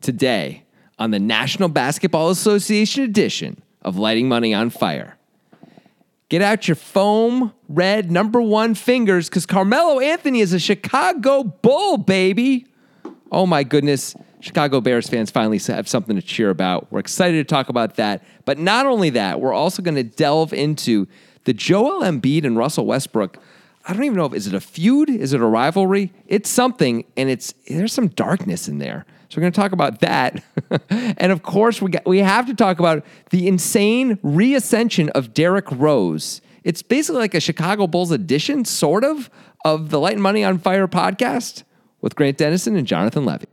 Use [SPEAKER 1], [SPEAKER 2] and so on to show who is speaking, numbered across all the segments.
[SPEAKER 1] today on the National Basketball Association edition of Lighting Money on Fire. Get out your foam red number one fingers because Carmelo Anthony is a Chicago Bull, baby. Oh my goodness. Chicago Bears fans finally have something to cheer about. We're excited to talk about that. But not only that, we're also going to delve into the Joel Embiid and Russell Westbrook. I don't even know if is it a feud? Is it a rivalry? It's something, and it's there's some darkness in there. So we're going to talk about that, and of course we got, we have to talk about the insane reascension of Derrick Rose. It's basically like a Chicago Bulls edition, sort of, of the Light and Money on Fire podcast with Grant Dennison and Jonathan Levy.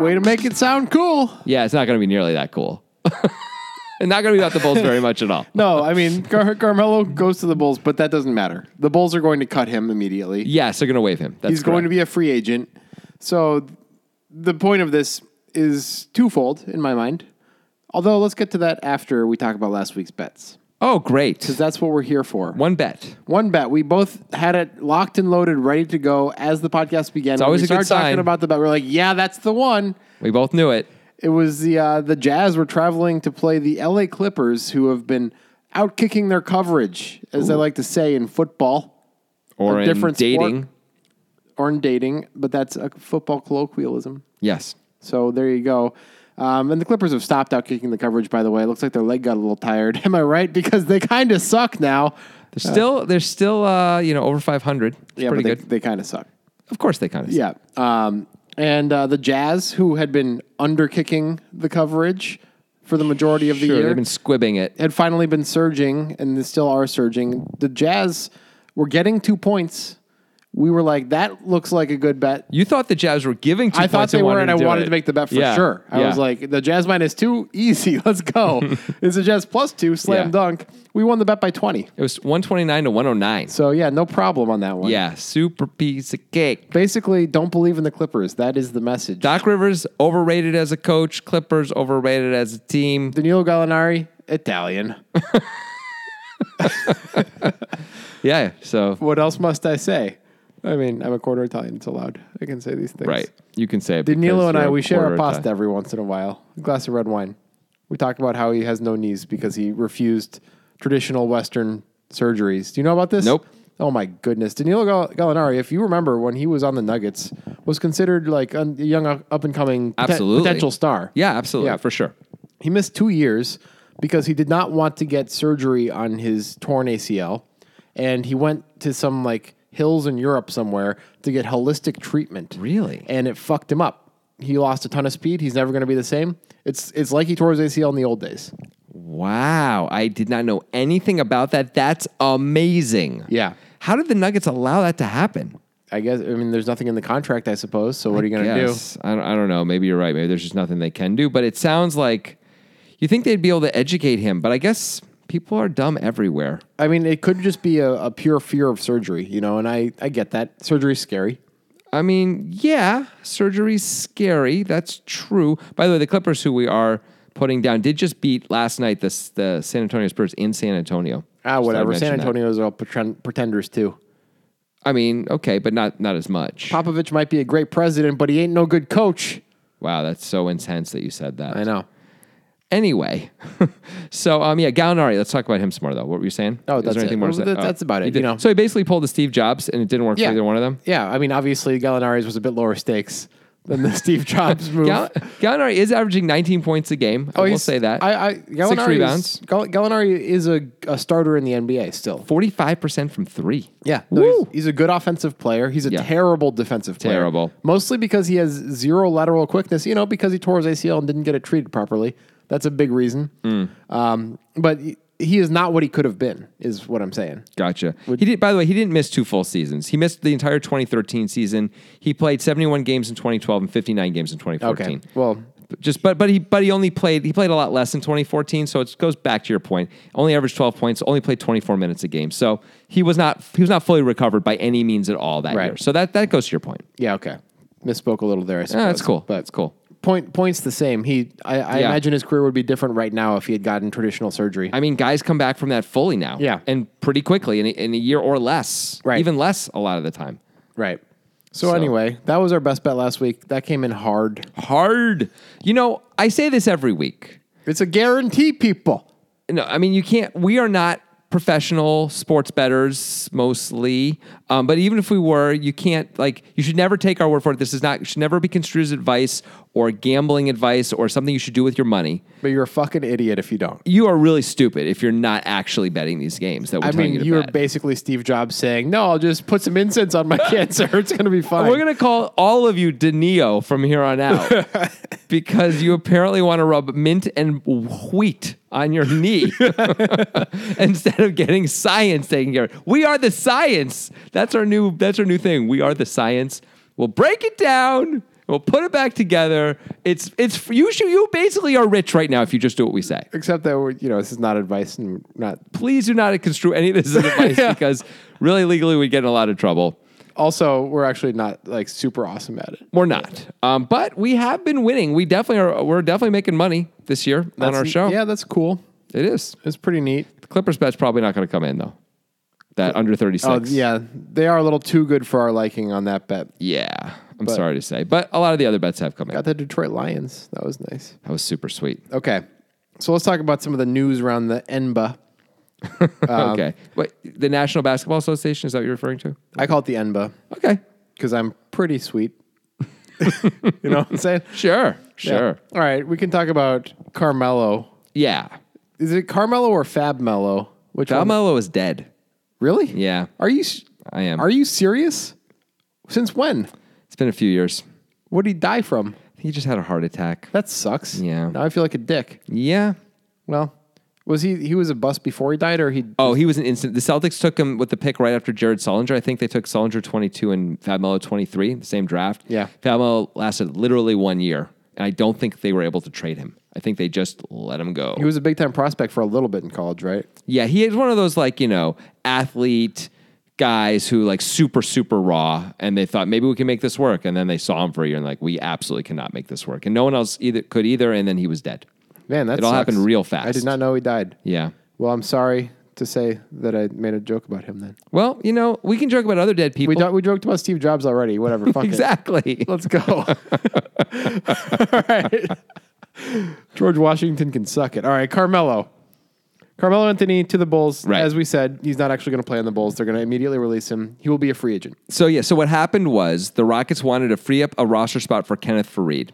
[SPEAKER 2] Way to make it sound cool.
[SPEAKER 1] Yeah, it's not going to be nearly that cool. and not going to be about the Bulls very much at all.
[SPEAKER 2] No, I mean Car- Carmelo goes to the Bulls, but that doesn't matter. The Bulls are going to cut him immediately.
[SPEAKER 1] Yes, they're going to waive him. That's
[SPEAKER 2] He's going
[SPEAKER 1] correct.
[SPEAKER 2] to be a free agent. So the point of this is twofold in my mind. Although let's get to that after we talk about last week's bets.
[SPEAKER 1] Oh, great.
[SPEAKER 2] That's what we're here for.
[SPEAKER 1] One bet.
[SPEAKER 2] One bet. We both had it locked and loaded, ready to go as the podcast began. It's
[SPEAKER 1] always
[SPEAKER 2] we
[SPEAKER 1] a good
[SPEAKER 2] started talking
[SPEAKER 1] sign.
[SPEAKER 2] about the bet. We're like, yeah, that's the one.
[SPEAKER 1] We both knew it.
[SPEAKER 2] It was the uh, the Jazz were traveling to play the LA Clippers, who have been out kicking their coverage, as they like to say in football
[SPEAKER 1] Or
[SPEAKER 2] A
[SPEAKER 1] in
[SPEAKER 2] different sport.
[SPEAKER 1] dating.
[SPEAKER 2] or in dating, but that's a football colloquialism.
[SPEAKER 1] Yes.
[SPEAKER 2] So there you go. Um, and the Clippers have stopped out kicking the coverage. By the way, it looks like their leg got a little tired. Am I right? Because they kind of suck now.
[SPEAKER 1] They're still they're still uh, you know over 500. It's
[SPEAKER 2] yeah, but
[SPEAKER 1] pretty
[SPEAKER 2] they,
[SPEAKER 1] good.
[SPEAKER 2] they kind of suck.
[SPEAKER 1] Of course they kind of.
[SPEAKER 2] Yeah. Um, and uh, the Jazz, who had been under kicking the coverage for the majority of the
[SPEAKER 1] Sure,
[SPEAKER 2] year,
[SPEAKER 1] they've been squibbing it.
[SPEAKER 2] had finally been surging and they still are surging. The Jazz were getting two points. We were like, that looks like a good bet.
[SPEAKER 1] You thought the Jazz were giving two
[SPEAKER 2] I thought
[SPEAKER 1] points
[SPEAKER 2] they
[SPEAKER 1] and
[SPEAKER 2] were, and I
[SPEAKER 1] do
[SPEAKER 2] wanted
[SPEAKER 1] it.
[SPEAKER 2] to make the bet for
[SPEAKER 1] Yeah,
[SPEAKER 2] sure. I
[SPEAKER 1] yeah.
[SPEAKER 2] was like, the Jazz minus two, easy, let's go. it's a Jazz plus two, slam
[SPEAKER 1] Yeah.
[SPEAKER 2] dunk. We won the bet by 20.
[SPEAKER 1] it was 129 to 109.
[SPEAKER 2] So, yeah, no problem on that one.
[SPEAKER 1] yeah, super piece of cake.
[SPEAKER 2] Basically, don't believe in the Clippers. That is the message.
[SPEAKER 1] Doc Rivers overrated as a coach. Clippers overrated as a team.
[SPEAKER 2] Danilo Gallinari, Italian.
[SPEAKER 1] Yeah, so
[SPEAKER 2] what else must I say? I mean, I'm a quarter Italian. It's allowed. I can say these things.
[SPEAKER 1] right, you can say it.
[SPEAKER 2] Danilo
[SPEAKER 1] because
[SPEAKER 2] and I,
[SPEAKER 1] you're
[SPEAKER 2] we share
[SPEAKER 1] quarter
[SPEAKER 2] a pasta
[SPEAKER 1] Italian.
[SPEAKER 2] every once in a while, a glass of red wine. We talk about how he has no knees because he refused traditional Western surgeries. Do you know about this?
[SPEAKER 1] Nope.
[SPEAKER 2] Oh my goodness, Danilo Gall- Gallinari. If you remember when he was on the Nuggets, was considered like a young up and coming
[SPEAKER 1] Absolutely.
[SPEAKER 2] potential star.
[SPEAKER 1] Yeah, absolutely,
[SPEAKER 2] Yeah.
[SPEAKER 1] for sure.
[SPEAKER 2] He missed two years because he did not want to get surgery on his torn ACL. And he went to some like hills in Europe somewhere to get holistic treatment.
[SPEAKER 1] Really?
[SPEAKER 2] And it fucked him up. He lost a ton of speed. He's never going to be the same. It's it's like he tore his ACL in the old days.
[SPEAKER 1] Wow, I did not know anything about that. That's amazing.
[SPEAKER 2] Yeah.
[SPEAKER 1] How did the Nuggets allow that to happen?
[SPEAKER 2] I guess I mean there's nothing in the contract, I suppose. So what are you going to do?
[SPEAKER 1] Yes. I don't, I don't know. Maybe you're right. Maybe there's just nothing they can do. But it sounds like you think they'd be able to educate him. But I guess people are dumb everywhere.
[SPEAKER 2] I mean, it could just be a, a pure fear of surgery, you know. And I I get that surgery's scary. Ah,
[SPEAKER 1] I mean, yeah, surgery's scary. That's true. By the way, the Clippers, who we are putting down, did just beat last night the, the San Antonio Spurs in San Antonio. Just
[SPEAKER 2] Ah,
[SPEAKER 1] thought I'd
[SPEAKER 2] whatever.
[SPEAKER 1] mention
[SPEAKER 2] San
[SPEAKER 1] that.
[SPEAKER 2] Antonio's are all pretend, pretenders too.
[SPEAKER 1] I mean, okay, but not not as much.
[SPEAKER 2] Popovich might be a great president, but he ain't no good coach.
[SPEAKER 1] Wow, that's so intense that you said that.
[SPEAKER 2] I know.
[SPEAKER 1] Anyway, so um, yeah, Gallinari. Let's talk about him some more, though. What were you saying?
[SPEAKER 2] Oh,
[SPEAKER 1] Is
[SPEAKER 2] that's
[SPEAKER 1] there
[SPEAKER 2] it.
[SPEAKER 1] anything more to
[SPEAKER 2] Well,
[SPEAKER 1] say?
[SPEAKER 2] that- that's about
[SPEAKER 1] he
[SPEAKER 2] it,
[SPEAKER 1] did.
[SPEAKER 2] you know.
[SPEAKER 1] So he basically pulled a Steve Jobs, and it didn't work for either one of them.
[SPEAKER 2] Yeah, I mean, obviously Gallinari's was a bit lower stakes than the Steve Jobs move. Oh,
[SPEAKER 1] Gall- Gallinari is averaging 19 points a game. I will
[SPEAKER 2] he's-
[SPEAKER 1] say that.
[SPEAKER 2] I, I Gallinari's-
[SPEAKER 1] rebounds.
[SPEAKER 2] Gall- Gallinari is a, a starter in the NBA still.
[SPEAKER 1] 45% from three.
[SPEAKER 2] Yeah,
[SPEAKER 1] Woo!
[SPEAKER 2] no, he's, he's a good offensive player. He's a
[SPEAKER 1] Yeah.
[SPEAKER 2] terrible defensive player.
[SPEAKER 1] Terrible.
[SPEAKER 2] Mostly because he has zero lateral quickness, you know, because he tore his ACL and didn't get it treated properly. That's a big reason.
[SPEAKER 1] Mm.
[SPEAKER 2] Um, but he- he is not what he could have been, is what I'm saying.
[SPEAKER 1] Gotcha. he did. By the way, he didn't miss two full seasons. He missed the entire 2013 season. He played 71 games in 2012 and 59 games in 2014.
[SPEAKER 2] Okay. Well,
[SPEAKER 1] But just but but he but he only played he played a lot less in 2014. So it goes back to your point. Only averaged 12 points. Only played 24 minutes a game. So he was not he was not fully recovered by any means at all that
[SPEAKER 2] Right.
[SPEAKER 1] year. So that that goes to your point.
[SPEAKER 2] yeah, okay. Misspoke a little there, I suppose.
[SPEAKER 1] Yeah, that's cool.
[SPEAKER 2] But
[SPEAKER 1] that's cool.
[SPEAKER 2] point points the same. He, I, I
[SPEAKER 1] Yeah.
[SPEAKER 2] imagine his career would be different right now if he had gotten traditional surgery.
[SPEAKER 1] I mean, guys come back from that fully now.
[SPEAKER 2] Yeah.
[SPEAKER 1] And pretty quickly, in a, in a year or less.
[SPEAKER 2] Right.
[SPEAKER 1] Even less a lot of the time.
[SPEAKER 2] right. So,
[SPEAKER 1] So-
[SPEAKER 2] anyway, that was our best bet last week. That came in hard.
[SPEAKER 1] Hard. You know, I say this every week.
[SPEAKER 2] It's a guarantee, people.
[SPEAKER 1] No, I mean, you can't, we are not professional sports betters mostly. Um, but even if we were, you can't, like, you should never take our word for it. This is not, should never be construed as advice or gambling advice or something you should do with your money.
[SPEAKER 2] But you're a fucking idiot if you don't.
[SPEAKER 1] You are really stupid if you're not actually betting these games that we're
[SPEAKER 2] I
[SPEAKER 1] telling
[SPEAKER 2] mean,
[SPEAKER 1] you to
[SPEAKER 2] you were
[SPEAKER 1] bet.
[SPEAKER 2] basically Steve Jobs saying, "No, I'll just put some incense on my cancer. It's gonna be fine."
[SPEAKER 1] We're gonna call all of you Danio from here on out because you apparently want to rub mint and wheat on your knee instead of getting science taken care of. We are the science. That's our new. That's our new thing. We are the science. We'll break it down. We'll put it back together. It's it's you. Should, you basically are rich right now if you just do what we say.
[SPEAKER 2] Except that we're, you know this is not advice and not.
[SPEAKER 1] Please do not construe any of this as advice because really legally we get in a lot of trouble.
[SPEAKER 2] Also, we're actually not like super awesome at it.
[SPEAKER 1] We're not, um, but we have been winning. We definitely are. We're definitely making money this year on
[SPEAKER 2] That's-
[SPEAKER 1] our show.
[SPEAKER 2] yeah, that's cool.
[SPEAKER 1] It is.
[SPEAKER 2] It's pretty neat.
[SPEAKER 1] The Clippers bet's probably not going to come in though. That under thirty six.
[SPEAKER 2] Oh, yeah, they are a little too good for our liking on that bet.
[SPEAKER 1] yeah. I'm sorry to say, but a lot of the other bets have come in.
[SPEAKER 2] Got the Detroit Lions. That was nice.
[SPEAKER 1] That was super sweet.
[SPEAKER 2] Okay, so let's talk about some of the news around the NBA. Um,
[SPEAKER 1] okay, wait. The National Basketball Association is that what you're referring to?
[SPEAKER 2] I call it the NBA
[SPEAKER 1] Okay,
[SPEAKER 2] because I'm pretty sweet. you know what I'm saying?
[SPEAKER 1] sure,
[SPEAKER 2] Yeah.
[SPEAKER 1] sure.
[SPEAKER 2] All right, we can talk about Carmelo.
[SPEAKER 1] Yeah.
[SPEAKER 2] Is it Carmelo or Fab Mello? Which one?
[SPEAKER 1] Carmelo is dead.
[SPEAKER 2] Really?
[SPEAKER 1] Yeah,
[SPEAKER 2] Are you? s-
[SPEAKER 1] I am.
[SPEAKER 2] Are you serious? Since when?
[SPEAKER 1] it's been a few years.
[SPEAKER 2] What did he die from?
[SPEAKER 1] He just had a heart attack.
[SPEAKER 2] That sucks.
[SPEAKER 1] Yeah.
[SPEAKER 2] Now I feel like a dick.
[SPEAKER 1] Yeah.
[SPEAKER 2] Well, was he? He was a bust before he died, or he?
[SPEAKER 1] Oh, he was an instant. The Celtics took him with the pick right after Jared Solinger. I think they took Solinger 22 and Fabmelo 23, the same draft.
[SPEAKER 2] Yeah.
[SPEAKER 1] Fabmelo lasted literally one year, and I don't think they were able to trade him. I think they just let him go.
[SPEAKER 2] He was a big time prospect for a little bit in college, right?
[SPEAKER 1] yeah, he is one of those, like, you know, athlete guys who, like, super, super raw, and they thought maybe we can make this work. And then they saw him for a year and, like, we absolutely cannot make this work. And no one else either could either, and then he was dead.
[SPEAKER 2] Man, that
[SPEAKER 1] It all
[SPEAKER 2] sucks.
[SPEAKER 1] happened real
[SPEAKER 2] I did
[SPEAKER 1] fast.
[SPEAKER 2] not know he died.
[SPEAKER 1] Yeah.
[SPEAKER 2] Well, I'm sorry to say that I made a joke about him. Then
[SPEAKER 1] Well, you know, we can joke about other dead people.
[SPEAKER 2] we do we joked about Steve Jobs already. Whatever. Fuck it.
[SPEAKER 1] exactly.
[SPEAKER 2] Let's go. All right. George Washington can suck it. All right, Carmelo. Carmelo Anthony to the Bulls.
[SPEAKER 1] Right.
[SPEAKER 2] As we said, he's not actually going to play on the Bulls. They're going to immediately release him. He will be a free agent.
[SPEAKER 1] So yeah, so what happened was the Rockets wanted to free up a roster spot for Kenneth Farid,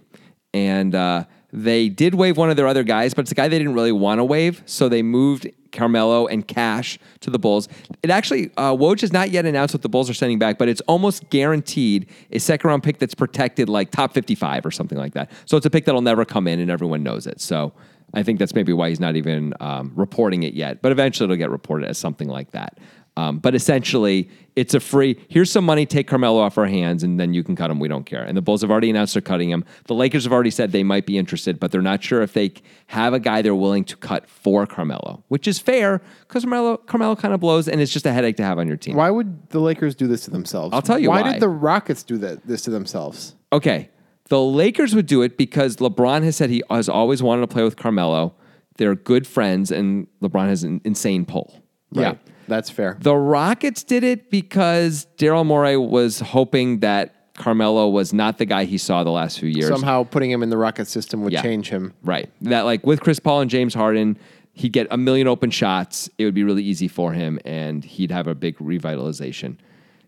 [SPEAKER 1] and uh, they did waive one of their other guys, but it's a guy they didn't really want to waive, so they moved Carmelo and Cash to the Bulls. It actually uh, Woj has not yet announced what the Bulls are sending back, but it's almost guaranteed a second round pick that's protected, like top fifty five or something like that. So it's a pick that'll never come in, and everyone knows it. So. I think that's maybe why he's not even um, reporting it yet, but eventually it'll get reported as something like that. Um, but essentially, it's a free. Here's some money. Take Carmelo off our hands, and then you can cut him. We don't care. And the Bulls have already announced they're cutting him. The Lakers have already said they might be interested, but they're not sure if they have a guy they're willing to cut for Carmelo, which is fair because Carmelo Carmelo kind of blows, and it's just a headache to have on your team.
[SPEAKER 2] Why would the Lakers do this to themselves? I'll
[SPEAKER 1] tell you why.
[SPEAKER 2] did the Rockets do that, this to themselves?
[SPEAKER 1] Okay. The Lakers would do it because LeBron has said he has always wanted to play with Carmelo. They're good friends, and LeBron has an insane pull. right?
[SPEAKER 2] Yeah, that's fair.
[SPEAKER 1] The Rockets did it because Daryl Morey was hoping that Carmelo was not the guy he saw the last few years.
[SPEAKER 2] Somehow putting him in the Rocket system would
[SPEAKER 1] Yeah.
[SPEAKER 2] change him.
[SPEAKER 1] Right. That like with Chris Paul and James Harden, he'd get a million open shots. It would be really easy for him and he'd have a big revitalization.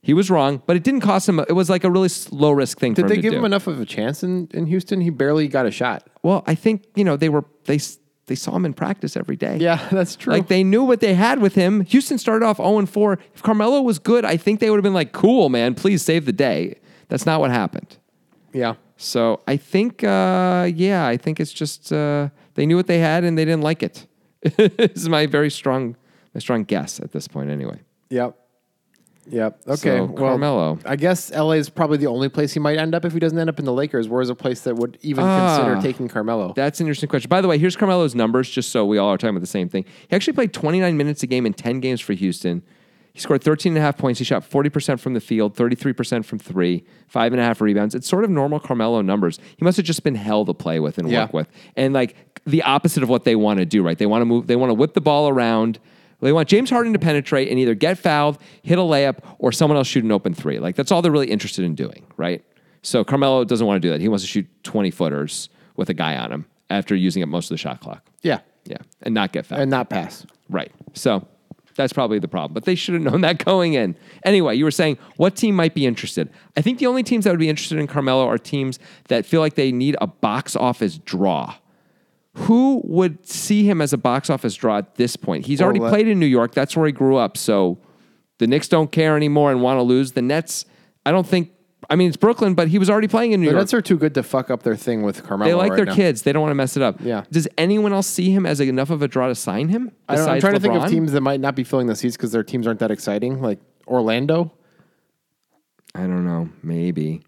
[SPEAKER 1] He was wrong, but it didn't cost him. It was like a really low risk thing for
[SPEAKER 2] Did
[SPEAKER 1] him
[SPEAKER 2] they
[SPEAKER 1] to
[SPEAKER 2] give
[SPEAKER 1] do.
[SPEAKER 2] him enough of a chance in, in Houston? He barely got a shot.
[SPEAKER 1] well, I think, you know, they were they s- they saw him in practice every day.
[SPEAKER 2] Yeah, that's true.
[SPEAKER 1] Like they knew what they had with him. Houston started off 0 4. If Carmelo was good, I think they would have been like, cool, man, please save the day. That's not what happened.
[SPEAKER 2] yeah.
[SPEAKER 1] So I think, uh, yeah, I think it's just uh, they knew what they had and they didn't like it. this is my very strong, my strong guess at this point, anyway.
[SPEAKER 2] Yep. Yep. Okay.
[SPEAKER 1] So,
[SPEAKER 2] well,
[SPEAKER 1] Carmelo.
[SPEAKER 2] I guess LA is probably the only place he might end up if he doesn't end up in the Lakers. Where is a place that would even
[SPEAKER 1] Ah.
[SPEAKER 2] consider taking Carmelo?
[SPEAKER 1] That's an interesting question. By the way, here's Carmelo's numbers, just so we all are talking about the same thing. He actually played 29 minutes a game in 10 games for Houston. He scored 13 and a half points. He shot 40% from the field, 33% from three, five and a half rebounds. It's sort of normal Carmelo numbers. He must have just been hell to play with and
[SPEAKER 2] Yeah.
[SPEAKER 1] work with. And like the opposite of what they want to do, right? They want to move, they want to whip the ball around. They want James Harden to penetrate and either get fouled, hit a layup, or someone else shoot an open three. Like that's all they're really interested in doing, right? So Carmelo doesn't want to do that. He wants to shoot 20 footers with a guy on him after using up most of the shot clock.
[SPEAKER 2] Yeah.
[SPEAKER 1] Yeah. And not get fouled.
[SPEAKER 2] And not pass.
[SPEAKER 1] Right. So that's probably the problem. But they should have known that going in. Anyway, you were saying what team might be interested? I think the only teams that would be interested in Carmelo are teams that feel like they need a box office draw. Who would see him as a box office draw at this point? He's already
[SPEAKER 2] let-
[SPEAKER 1] played in New York. That's where he grew up. So the Knicks don't care anymore and want to lose. The Nets, I don't think. I mean, it's Brooklyn, but he was already playing in New
[SPEAKER 2] The
[SPEAKER 1] York.
[SPEAKER 2] Nets are too good to fuck up their thing with Carmelo.
[SPEAKER 1] They like
[SPEAKER 2] right
[SPEAKER 1] their
[SPEAKER 2] now.
[SPEAKER 1] kids. They don't want to mess it up.
[SPEAKER 2] Yeah.
[SPEAKER 1] Does anyone else see him as enough of a draw to sign him?
[SPEAKER 2] I don't, I'm
[SPEAKER 1] besides
[SPEAKER 2] trying to think of
[SPEAKER 1] LeBron?
[SPEAKER 2] teams that might not be filling the seats because their teams aren't that exciting, like Orlando.
[SPEAKER 1] I don't know, maybe.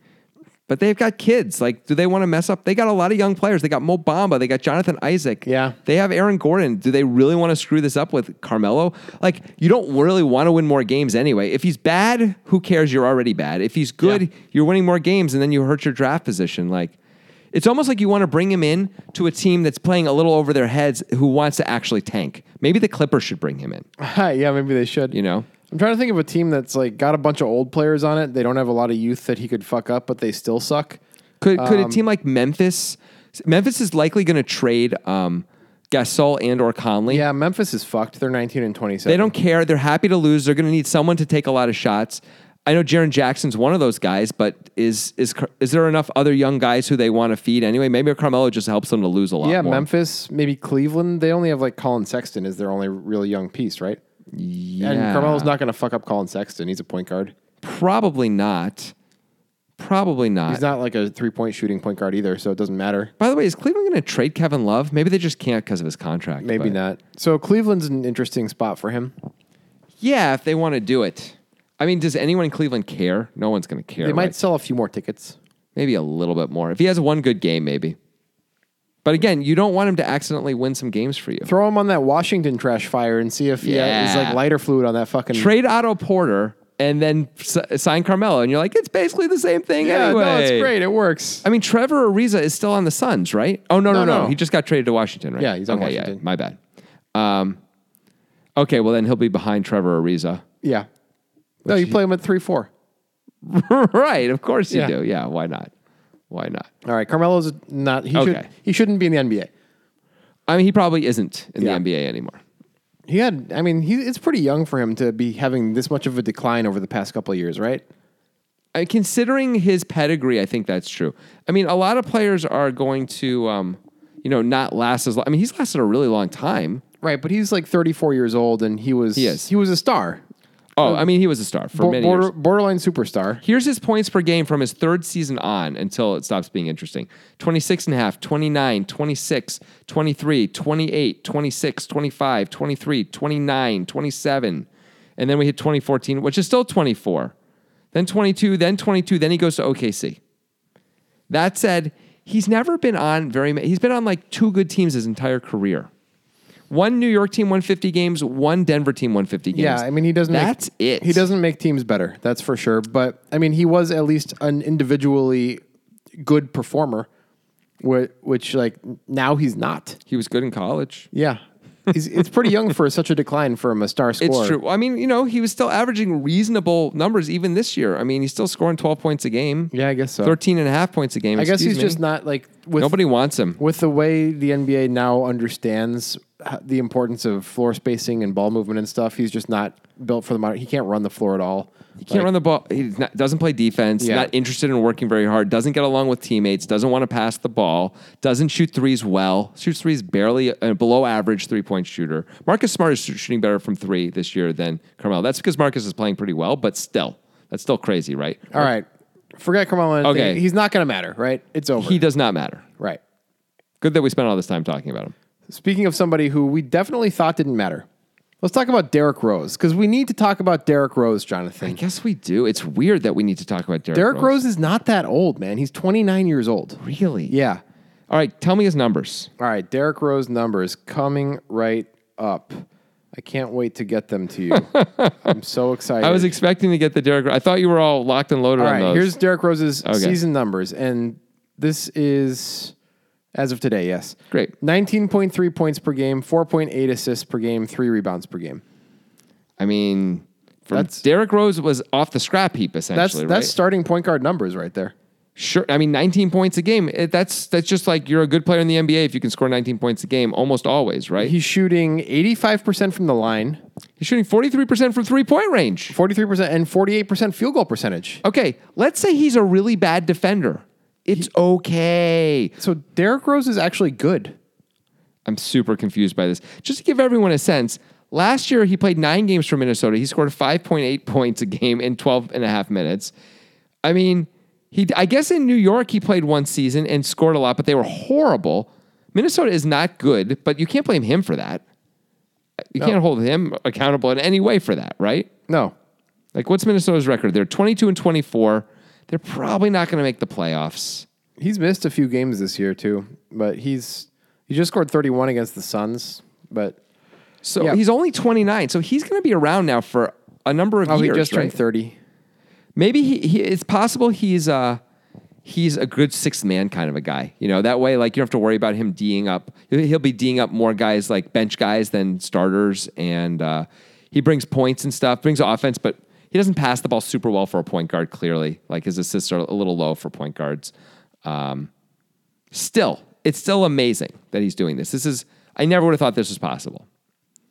[SPEAKER 1] But they've got kids. Like, do they want to mess up? They got a lot of young players. They got Mo Bamba. They got Jonathan Isaac.
[SPEAKER 2] Yeah.
[SPEAKER 1] They have Aaron Gordon. Do they really want to screw this up with Carmelo? Like, you don't really want to win more games anyway. If he's bad, who cares? You're already bad. If he's good,
[SPEAKER 2] Yeah.
[SPEAKER 1] you're winning more games and then you hurt your draft position. Like, it's almost like you want to bring him in to a team that's playing a little over their heads who wants to actually tank. Maybe the Clippers should bring him in,
[SPEAKER 2] yeah, maybe they should.
[SPEAKER 1] you know?
[SPEAKER 2] I'm trying to think of a team that's like got a bunch of old players on it. They don't have a lot of youth that he could fuck up, but they still suck.
[SPEAKER 1] Could could a
[SPEAKER 2] Um,
[SPEAKER 1] team like Memphis? Memphis is likely going to trade um, Gasol and or Conley.
[SPEAKER 2] Yeah, Memphis is fucked. They're 19 and 27.
[SPEAKER 1] They don't care. They're happy to lose. They're going to need someone to take a lot of shots. I know Jaron Jackson's one of those guys, but is is Car- is there enough other young guys who they want to feed anyway? Maybe Carmelo just helps them to lose a lot.
[SPEAKER 2] Yeah,
[SPEAKER 1] more.
[SPEAKER 2] Memphis, maybe Cleveland. They only have like Colin Sexton is their only really young piece, right?
[SPEAKER 1] Yeah.
[SPEAKER 2] And Carmelo's not going to fuck up Colin Sexton. He's a point guard.
[SPEAKER 1] Probably not. Probably not.
[SPEAKER 2] He's not like a three point shooting point guard either, so it doesn't matter.
[SPEAKER 1] By the way, is Cleveland going to trade Kevin Love? Maybe they just can't because of his contract.
[SPEAKER 2] Maybe
[SPEAKER 1] but-
[SPEAKER 2] not. So Cleveland's an interesting spot for him.
[SPEAKER 1] Yeah, if they want to do it. I mean, does anyone in Cleveland care? No one's going to care.
[SPEAKER 2] They
[SPEAKER 1] right?
[SPEAKER 2] might sell a few more tickets.
[SPEAKER 1] maybe a little bit more. If he has one good game, maybe. But again, you don't want him to accidentally win some games for you.
[SPEAKER 2] Throw him on that Washington trash fire and see if he is
[SPEAKER 1] Yeah.
[SPEAKER 2] like lighter fluid on that fucking.
[SPEAKER 1] Trade Otto Porter and then s- sign Carmelo, and you're like, it's basically the same thing
[SPEAKER 2] yeah,
[SPEAKER 1] anyway.
[SPEAKER 2] no, it's great. It works.
[SPEAKER 1] I mean, Trevor Ariza is still on the Suns, right? Oh no, no,
[SPEAKER 2] No,
[SPEAKER 1] no,
[SPEAKER 2] no.
[SPEAKER 1] He just got traded to Washington, right?
[SPEAKER 2] Yeah, he's on
[SPEAKER 1] okay, yeah,
[SPEAKER 2] Washington.
[SPEAKER 1] my bad. Um, okay, well then he'll be behind Trevor Ariza.
[SPEAKER 2] Yeah. No, you play him at three four.
[SPEAKER 1] right, of course you
[SPEAKER 2] Yeah.
[SPEAKER 1] do. Yeah, why not? Why not?
[SPEAKER 2] All right, Carmelo's not. He should.
[SPEAKER 1] Okay.
[SPEAKER 2] He shouldn't be in the NBA.
[SPEAKER 1] I mean, he probably isn't in
[SPEAKER 2] Yeah.
[SPEAKER 1] the NBA anymore.
[SPEAKER 2] He had. I mean, he, it's pretty young for him to be having this much of a decline over the past couple of years, right?
[SPEAKER 1] I, Uh, considering his pedigree, I think that's true. I mean, a lot of players are going to, um, you know, not last as long. I mean, he's lasted a really long time.
[SPEAKER 2] Right, but he's like 34 years old, and he was.
[SPEAKER 1] is.
[SPEAKER 2] He was a star,
[SPEAKER 1] Oh, I mean, he was a star for
[SPEAKER 2] Bo-
[SPEAKER 1] many
[SPEAKER 2] border-
[SPEAKER 1] years.
[SPEAKER 2] borderline superstar.
[SPEAKER 1] Here's his points per game from his third season on until it stops being interesting 26 and a half, 29, 26, 23, 28, 26, 25, 23, 29, 27. And then we hit 2014, which is still 24. Then 22, then 22, then he goes to OKC. That said, he's never been on very ma- He's been on like two good teams his entire career. One New York team 150 games, one Denver team 150 games.
[SPEAKER 2] Yeah, I mean, he doesn't. make-
[SPEAKER 1] That's it.
[SPEAKER 2] He doesn't make teams better. That's for sure. But I mean, he was at least an individually good performer, which, which like now he's not.
[SPEAKER 1] He was good in college.
[SPEAKER 2] Yeah, he's, it's pretty young for such a decline from a star scorer.
[SPEAKER 1] It's true. I mean, you know, he was still averaging reasonable numbers even this year. I mean, he's still scoring 12 points a game,
[SPEAKER 2] Yeah, I guess so.
[SPEAKER 1] 13 and a half points a game.
[SPEAKER 2] I guess
[SPEAKER 1] excuse
[SPEAKER 2] he's
[SPEAKER 1] me.
[SPEAKER 2] just not like with
[SPEAKER 1] Nobody wants him.
[SPEAKER 2] with the way the NBA now understands h- the importance of floor spacing and ball movement and stuff. He's just not built for the modern. He can't run the floor at all.
[SPEAKER 1] He can't run the ball. He doesn't play defense,
[SPEAKER 2] Yeah.
[SPEAKER 1] not interested in working very hard, doesn't get along with teammates, doesn't want to pass the ball, doesn't shoot threes well, shoots threes barely, a below average three point shooter. Marcus Smart is shooting better from three this year than Carmelo. That's because Marcus is playing pretty well, but still, that's still crazy, right?
[SPEAKER 2] All right, forget Carmelo. Anthony.
[SPEAKER 1] Okay.
[SPEAKER 2] he's not going to matter. Right, it's over.
[SPEAKER 1] He does not matter.
[SPEAKER 2] right.
[SPEAKER 1] Good that we spent all this time talking about him.
[SPEAKER 2] Speaking of somebody who we definitely thought didn't matter, let's talk about Derrick Rose because we need to talk about Derrick Rose,
[SPEAKER 1] I
[SPEAKER 2] Jonathan.
[SPEAKER 1] guess we do. It's weird that we need to talk about Derrick,
[SPEAKER 2] Derrick Rose is not that old, man. He's 29 years old.
[SPEAKER 1] Really?
[SPEAKER 2] Yeah.
[SPEAKER 1] All right. Tell me his numbers.
[SPEAKER 2] All right, Derrick Rose numbers coming right up. I can't wait to get them to you. I'm so excited.
[SPEAKER 1] I was expecting to get the Derek. I thought you were all locked and loaded
[SPEAKER 2] All
[SPEAKER 1] on
[SPEAKER 2] right,
[SPEAKER 1] those.
[SPEAKER 2] here's Derek Rose's season numbers, and this is as of today. Yes,
[SPEAKER 1] Great.
[SPEAKER 2] 19.3 points per game, 4.8 assists per game, three rebounds per game.
[SPEAKER 1] I mean, from
[SPEAKER 2] That's-
[SPEAKER 1] Derek Rose was off the scrap heap
[SPEAKER 2] That's
[SPEAKER 1] essentially.
[SPEAKER 2] that's
[SPEAKER 1] right?
[SPEAKER 2] starting point guard numbers right there.
[SPEAKER 1] Sure. I mean, 19 points a game. It, that's that's just like you're a good player in the NBA if you can score 19 points a game almost always, right?
[SPEAKER 2] He's shooting 85% from the line,
[SPEAKER 1] He's shooting 43% from three point range.
[SPEAKER 2] 43% and 48% field goal percentage.
[SPEAKER 1] Okay, let's say he's a really bad defender. It's okay.
[SPEAKER 2] So Derrick Rose is actually good.
[SPEAKER 1] I'm super confused by this. Just to give everyone a sense, last year he played nine games for Minnesota. He scored 5.8 points a game in 12 and a half minutes. I mean, he I guess in New York he played one season and scored a lot, but they were horrible. Minnesota is not good, but you can't blame him for that. You can't hold him accountable in any way for that, right?
[SPEAKER 2] No.
[SPEAKER 1] Like what's Minnesota's record? They're 22 and 24. They're probably not going to make the playoffs.
[SPEAKER 2] He's missed a few games this year too, but he's he just scored 31 against the Suns, but
[SPEAKER 1] So
[SPEAKER 2] Yeah.
[SPEAKER 1] he's only 29. So he's going to be around now for a number of
[SPEAKER 2] oh, he
[SPEAKER 1] years.
[SPEAKER 2] just
[SPEAKER 1] right?
[SPEAKER 2] turned 30.
[SPEAKER 1] Maybe he, he it's possible he's uh he's a good sixth man kind of a guy. You know, that way like you don't have to worry about him D'ing up. He'll he'll be D'ing up more guys like bench guys than starters and uh he brings points and stuff, brings offense, but he doesn't pass the ball super well for a point guard clearly. Like his assists are a little low for point guards. Um still, it's still amazing that he's doing this. This is I never would have thought this was possible.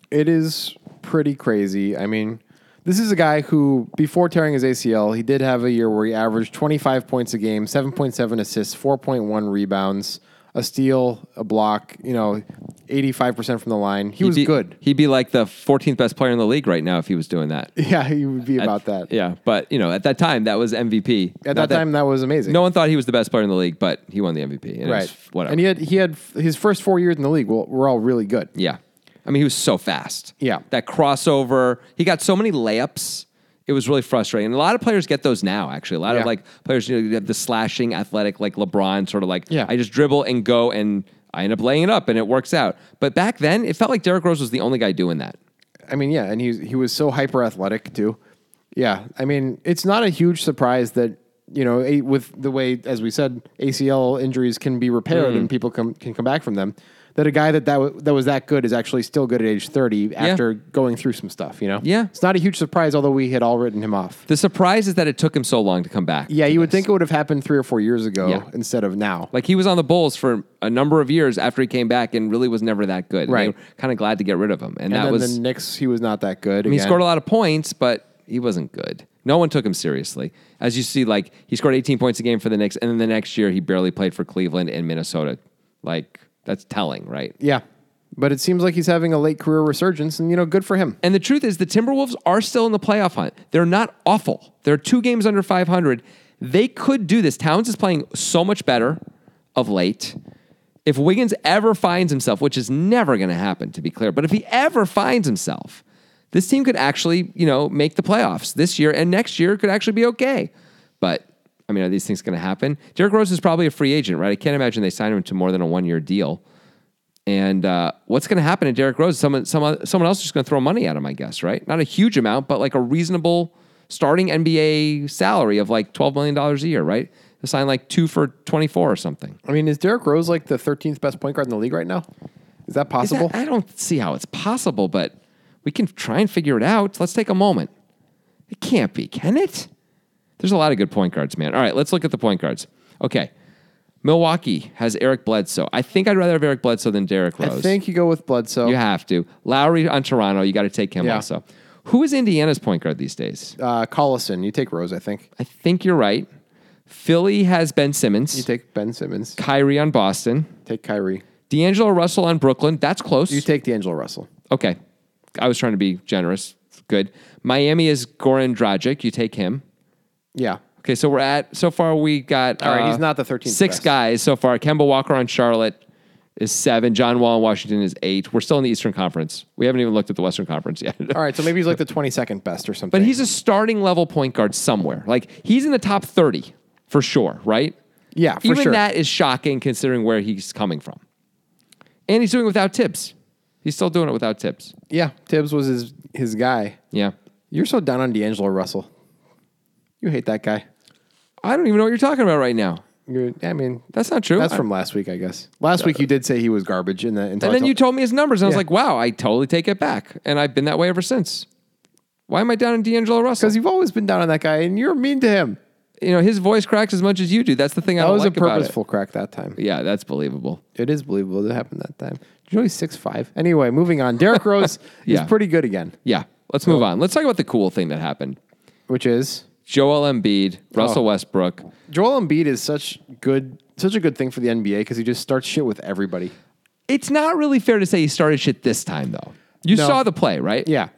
[SPEAKER 2] It is pretty crazy. I mean, this is a guy who, before tearing his ACL, he did have a year where he averaged 25 points a game, 7.7 assists, 4.1 rebounds, a steal, a block, you know, 85% from the line. He, was
[SPEAKER 1] He'd be-
[SPEAKER 2] good.
[SPEAKER 1] He'd be like the 14th best player in the league right now if he was doing that.
[SPEAKER 2] Yeah, he would be about that.
[SPEAKER 1] Yeah, but you know, at that time that was MVP.
[SPEAKER 2] At that, time, that was amazing.
[SPEAKER 1] no one thought he was the best player in the league, but he won the MVP. And right.
[SPEAKER 2] right.
[SPEAKER 1] Was, whatever.
[SPEAKER 2] And he had he had his first four years in the league. Well, were all really good.
[SPEAKER 1] yeah. I mean, he was so fast.
[SPEAKER 2] Yeah.
[SPEAKER 1] That crossover. He got so many layups. It was really frustrating. And a lot of players get those now, actually. A lot
[SPEAKER 2] Yeah.
[SPEAKER 1] of like players, you know, you have the slashing athletic, like LeBron, sort of like,
[SPEAKER 2] Yeah.
[SPEAKER 1] I just dribble and go and I end up laying it up and it works out. But back then, it felt like Derrick Rose was the only guy doing that.
[SPEAKER 2] I mean, yeah, and he he was so hyper athletic too. Yeah, I mean, it's not a huge surprise that you know a, with the way as we said ACL injuries can be repaired
[SPEAKER 1] Mm.
[SPEAKER 2] and people come can come back from them. That a guy that that, wa- that was that good is actually still good at age thirty after going through some stuff. You know,
[SPEAKER 1] Yeah.
[SPEAKER 2] it's not a huge surprise, although we had all written him off.
[SPEAKER 1] The surprise is that it took him so long to come back.
[SPEAKER 2] Yeah,
[SPEAKER 1] to
[SPEAKER 2] you would
[SPEAKER 1] this.
[SPEAKER 2] think it would have happened three or four years ago
[SPEAKER 1] Yeah.
[SPEAKER 2] instead of now.
[SPEAKER 1] Like he was on the Bulls for a number of years after he came back and really was never that good. And
[SPEAKER 2] Right.
[SPEAKER 1] They were kind of glad to get rid of him. And,
[SPEAKER 2] And
[SPEAKER 1] that
[SPEAKER 2] then
[SPEAKER 1] was,
[SPEAKER 2] the Knicks, he was not that good.
[SPEAKER 1] I mean, he
[SPEAKER 2] again.
[SPEAKER 1] scored a lot of points, but he wasn't good. No one took him seriously. As you see, like he scored 18 points a game for the Knicks. And then the next year he barely played for Cleveland and Minnesota. Like that's telling, right?
[SPEAKER 2] Yeah, but it seems like he's having a late career resurgence, and you know, good for him.
[SPEAKER 1] And the truth is, the Timberwolves are still in the playoff hunt. They're not awful. They're two games under 500. They could do this. Towns is playing so much better of late. If Wiggins ever finds himself, which is never going to happen, to be clear, but if he ever finds himself, this team could actually, you know, make the playoffs this year and next year could actually be okay. But I mean, are these things going to happen? Derrick Rose is probably a free agent, right? I can't imagine they sign him to more than a one-year deal. And uh, what's going to happen to Derrick Rose? Someone, someone, someone else is just going to throw money at him, I guess, right? Not a huge amount, but like a reasonable starting NBA salary of like twelve million dollars a year, right? To sign like two for twenty-four or something.
[SPEAKER 2] I mean, is Derrick Rose like the 13th best point guard in the league right now? Is that
[SPEAKER 1] Is that-
[SPEAKER 2] possible?
[SPEAKER 1] I don't see how it's possible, but we can try and figure it out. Let's take a moment. It can't be, can it? There's a lot of good point guards, man. All right, let's look at the point guards. Okay. Milwaukee has Eric Bledsoe. I think I'd rather have Eric Bledsoe than Derrick Rose.
[SPEAKER 2] I think you go with Bledsoe.
[SPEAKER 1] You have to. Lowry on Toronto, you got to take him
[SPEAKER 2] Yeah.
[SPEAKER 1] also. Who is Indiana's point guard these days?
[SPEAKER 2] Uh, Collison, you take Rose, I think.
[SPEAKER 1] I think you're right. Philly has Ben
[SPEAKER 2] You
[SPEAKER 1] Simmons,
[SPEAKER 2] take Ben Simmons.
[SPEAKER 1] Kyrie on Boston,
[SPEAKER 2] Take Kyrie.
[SPEAKER 1] D'Angelo Russell on Brooklyn. That's close.
[SPEAKER 2] You take D'Angelo Russell.
[SPEAKER 1] okay. I was trying to be generous. Good. Miami is Goran Dragic. You take him.
[SPEAKER 2] Yeah.
[SPEAKER 1] Okay, so we're at so far we got
[SPEAKER 2] All right,
[SPEAKER 1] uh,
[SPEAKER 2] he's not the 13th
[SPEAKER 1] Six
[SPEAKER 2] best.
[SPEAKER 1] guys so far. Kemba Walker on Charlotte is seven. John Wall in Washington is eight. We're still in the Eastern Conference. We haven't even looked at the Western Conference yet.
[SPEAKER 2] All right, so maybe he's like the 22nd best or something.
[SPEAKER 1] But he's a starting level point guard somewhere. Like he's in the top 30 for sure, right?
[SPEAKER 2] Yeah, for
[SPEAKER 1] Even
[SPEAKER 2] sure.
[SPEAKER 1] that is shocking considering where he's coming from. And he's doing it without Tibbs. He's still doing it without tips.
[SPEAKER 2] Yeah, Tibbs was his his guy.
[SPEAKER 1] Yeah.
[SPEAKER 2] You're so down on D'Angelo Russell. You hate that guy.
[SPEAKER 1] I don't even know what you're talking about right now.
[SPEAKER 2] You're, I mean,
[SPEAKER 1] That's not true.
[SPEAKER 2] that's
[SPEAKER 1] I-
[SPEAKER 2] from last week, I guess. Last week you did say he was garbage in the.
[SPEAKER 1] and then you told me his numbers, and I was
[SPEAKER 2] Yeah.
[SPEAKER 1] like, wow, I totally take it back. And I've been that way ever since. Why am I down in D'Angelo Russell?
[SPEAKER 2] because you've always been down on that guy, and you're mean to him.
[SPEAKER 1] You know, his voice cracks as much as you do. That's the thing I
[SPEAKER 2] That
[SPEAKER 1] don't
[SPEAKER 2] was
[SPEAKER 1] like
[SPEAKER 2] a
[SPEAKER 1] about it.
[SPEAKER 2] purposeful crack that time.
[SPEAKER 1] Yeah, that's believable.
[SPEAKER 2] It is believable that happened that time. Did you know he's six five? Anyway, moving on. Derrick Rose
[SPEAKER 1] Yeah.
[SPEAKER 2] is pretty good again,
[SPEAKER 1] Yeah, let's move on. Let's talk about the cool thing that happened.
[SPEAKER 2] which is
[SPEAKER 1] Joel Embiid,
[SPEAKER 2] Oh.
[SPEAKER 1] Russell Westbrook.
[SPEAKER 2] Joel Embiid is such good, such a good thing for the NBA because he just starts shit with everybody.
[SPEAKER 1] It's not really fair to say he started shit this time, though. You
[SPEAKER 2] No.
[SPEAKER 1] saw the play, right?
[SPEAKER 2] Yeah,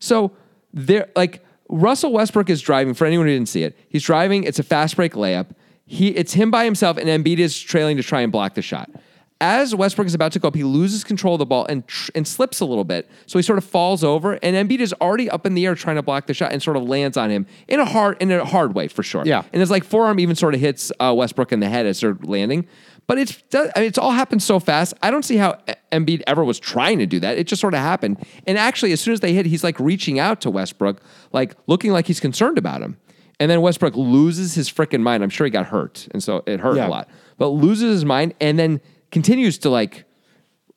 [SPEAKER 1] So there, like Russell Westbrook is driving. For anyone who didn't see it, he's driving. It's a fast break layup. He, it's him by himself, and Embiid is trailing to try and block the shot. As Westbrook is about to go up, he loses control of the ball and tr- and slips a little bit. So he sort of falls over, and Embiid is already up in the air trying to block the shot, and sort of lands on him in a hard in a hard way for sure.
[SPEAKER 2] Yeah.
[SPEAKER 1] and his like forearm even sort of hits uh, Westbrook in the head as they're landing. But it's I mean, it's all happened so fast. I don't see how E, Embiid ever was trying to do that. It just sort of happened. And actually, as soon as they hit, he's like reaching out to Westbrook, like looking like he's concerned about him. And then Westbrook loses his freaking mind. I'm sure he got hurt, and so it hurt
[SPEAKER 2] Yeah.
[SPEAKER 1] a lot. But loses his mind and then continues to like.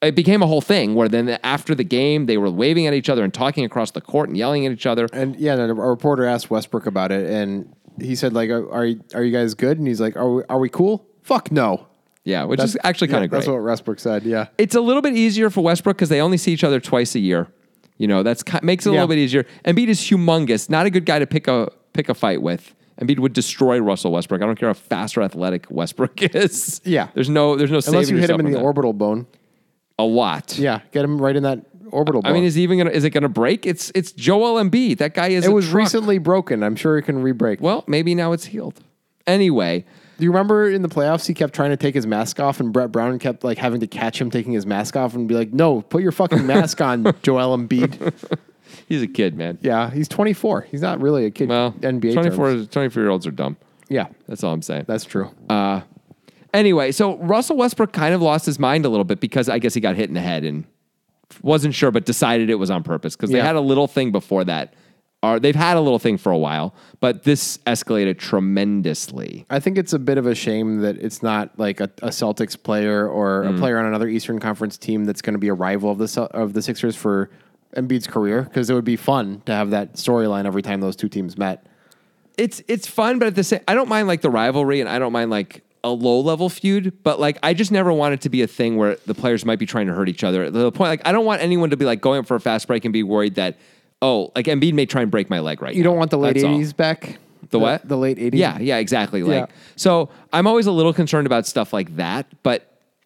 [SPEAKER 1] It became a whole thing where then after the game they were waving at each other and talking across the court and yelling at each other.
[SPEAKER 2] and yeah, and a reporter asked Westbrook about it, and he said like, "Oh, "Are are you, are you guys good?" And he's like, "Are we, are we cool?" Fuck no.
[SPEAKER 1] Yeah, which is actually
[SPEAKER 2] Yeah,
[SPEAKER 1] kind of great.
[SPEAKER 2] That's what Westbrook said. Yeah.
[SPEAKER 1] it's a little bit easier for Westbrook because they only see each other twice a year. You know, that's ki- makes it a
[SPEAKER 2] Yeah.
[SPEAKER 1] little bit easier. Embiid is humongous, not a good guy to pick a pick a fight with. Embiid would destroy Russell Westbrook. I don't care how fast or athletic Westbrook is.
[SPEAKER 2] Yeah.
[SPEAKER 1] there's no there's no
[SPEAKER 2] Unless
[SPEAKER 1] saving
[SPEAKER 2] you hit him
[SPEAKER 1] yourself
[SPEAKER 2] in
[SPEAKER 1] on
[SPEAKER 2] the
[SPEAKER 1] that.
[SPEAKER 2] orbital bone.
[SPEAKER 1] a lot.
[SPEAKER 2] Yeah, get him right in that orbital bone.
[SPEAKER 1] I mean, is he even gonna is it gonna break? It's it's Joel Embiid. That guy is.
[SPEAKER 2] it
[SPEAKER 1] a
[SPEAKER 2] was
[SPEAKER 1] truck.
[SPEAKER 2] recently broken. I'm sure it can re-break.
[SPEAKER 1] Well, maybe now it's healed. Anyway,
[SPEAKER 2] Do you remember in the playoffs he kept trying to take his mask off and Brett Brown kept like having to catch him taking his mask off and be like, "No, put your fucking mask on, Joel Embiid."
[SPEAKER 1] he's a kid, man.
[SPEAKER 2] Yeah, he's 24. He's not really a kid.
[SPEAKER 1] Well,
[SPEAKER 2] NBA
[SPEAKER 1] 24
[SPEAKER 2] terms.
[SPEAKER 1] 24 year olds are dumb.
[SPEAKER 2] Yeah,
[SPEAKER 1] That's all I'm saying.
[SPEAKER 2] that's true.
[SPEAKER 1] Uh, anyway, so Russell Westbrook kind of lost his mind a little bit because I guess he got hit in the head and wasn't sure, but decided it was on purpose because they
[SPEAKER 2] Yeah.
[SPEAKER 1] had a little thing before that. Or they've had a little thing for a while, but this escalated tremendously.
[SPEAKER 2] I think it's a bit of a shame that it's not like a, a Celtics player or a player on another Eastern Conference team that's going to be a rival of the Cel- of the Sixers for Embiid's career because it would be fun to have that storyline every time those two teams met.
[SPEAKER 1] It's it's fun, but at the same, I don't mind like the rivalry, and I don't mind like a low level feud. But like, I just never want it to be a thing where the players might be trying to hurt each other. The point, like, I don't want anyone to be like going up for a fast break and be worried that oh, like Embiid may try and break my leg right.
[SPEAKER 2] You don't want the late
[SPEAKER 1] That's all.
[SPEAKER 2] 80s back.
[SPEAKER 1] The what?
[SPEAKER 2] The late 80s.
[SPEAKER 1] Yeah, yeah, exactly. Like
[SPEAKER 2] Yeah.
[SPEAKER 1] so I'm always a little concerned about stuff like that, but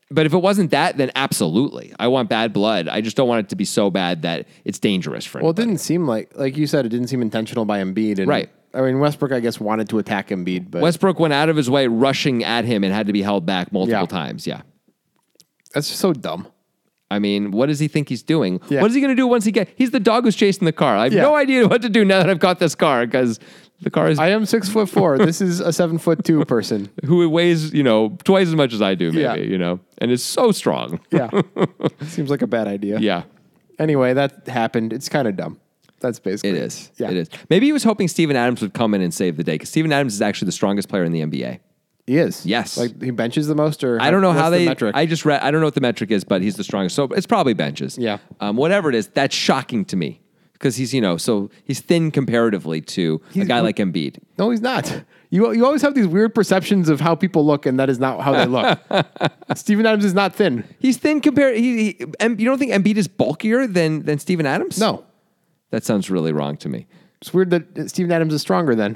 [SPEAKER 1] but if it wasn't that, then absolutely. I want bad blood. I just don't want it to be so bad that it's dangerous for
[SPEAKER 2] Well,
[SPEAKER 1] anybody.
[SPEAKER 2] it didn't seem like, like you said, it didn't seem intentional by Embiid. And,
[SPEAKER 1] Right.
[SPEAKER 2] I mean, Westbrook, I guess, wanted to attack Embiid, but
[SPEAKER 1] Westbrook went out of his way rushing at him and had to be held back multiple
[SPEAKER 2] Yeah.
[SPEAKER 1] times. Yeah.
[SPEAKER 2] that's just so dumb.
[SPEAKER 1] I mean, what does he think he's doing?
[SPEAKER 2] Yeah.
[SPEAKER 1] What is he going to do once he gets? He's the dog who's chasing the car. I have
[SPEAKER 2] Yeah.
[SPEAKER 1] no idea what to do now that I've got this car because the car is
[SPEAKER 2] I am six foot four. this is a seven foot two person.
[SPEAKER 1] who weighs you know twice as much as I do, maybe
[SPEAKER 2] Yeah.
[SPEAKER 1] you know, and is so strong.
[SPEAKER 2] Yeah. Seems like a bad idea.
[SPEAKER 1] Yeah.
[SPEAKER 2] Anyway, that happened. It's kind of dumb. That's basically
[SPEAKER 1] It is.
[SPEAKER 2] Yeah.
[SPEAKER 1] It is. Maybe he was hoping Steven Adams would come in and save the day because Steven Adams is actually the strongest player in the NBA.
[SPEAKER 2] He is.
[SPEAKER 1] Yes.
[SPEAKER 2] Like he benches the most, or
[SPEAKER 1] I don't know
[SPEAKER 2] what's
[SPEAKER 1] how
[SPEAKER 2] the
[SPEAKER 1] they.
[SPEAKER 2] metric?
[SPEAKER 1] I just read. I don't know what the metric is, but he's the strongest. So it's probably benches.
[SPEAKER 2] Yeah.
[SPEAKER 1] Um, whatever it is, that's shocking to me because he's you know so he's thin comparatively to a guy like Embiid.
[SPEAKER 2] no, he's not. You you always have these weird perceptions of how people look, and that is not how they look. Steven Adams is not thin.
[SPEAKER 1] He's thin compared. He, he Em- you don't think Embiid is bulkier than than Steven Adams?
[SPEAKER 2] No,
[SPEAKER 1] That sounds really wrong to me.
[SPEAKER 2] it's weird that Steven Adams is stronger then.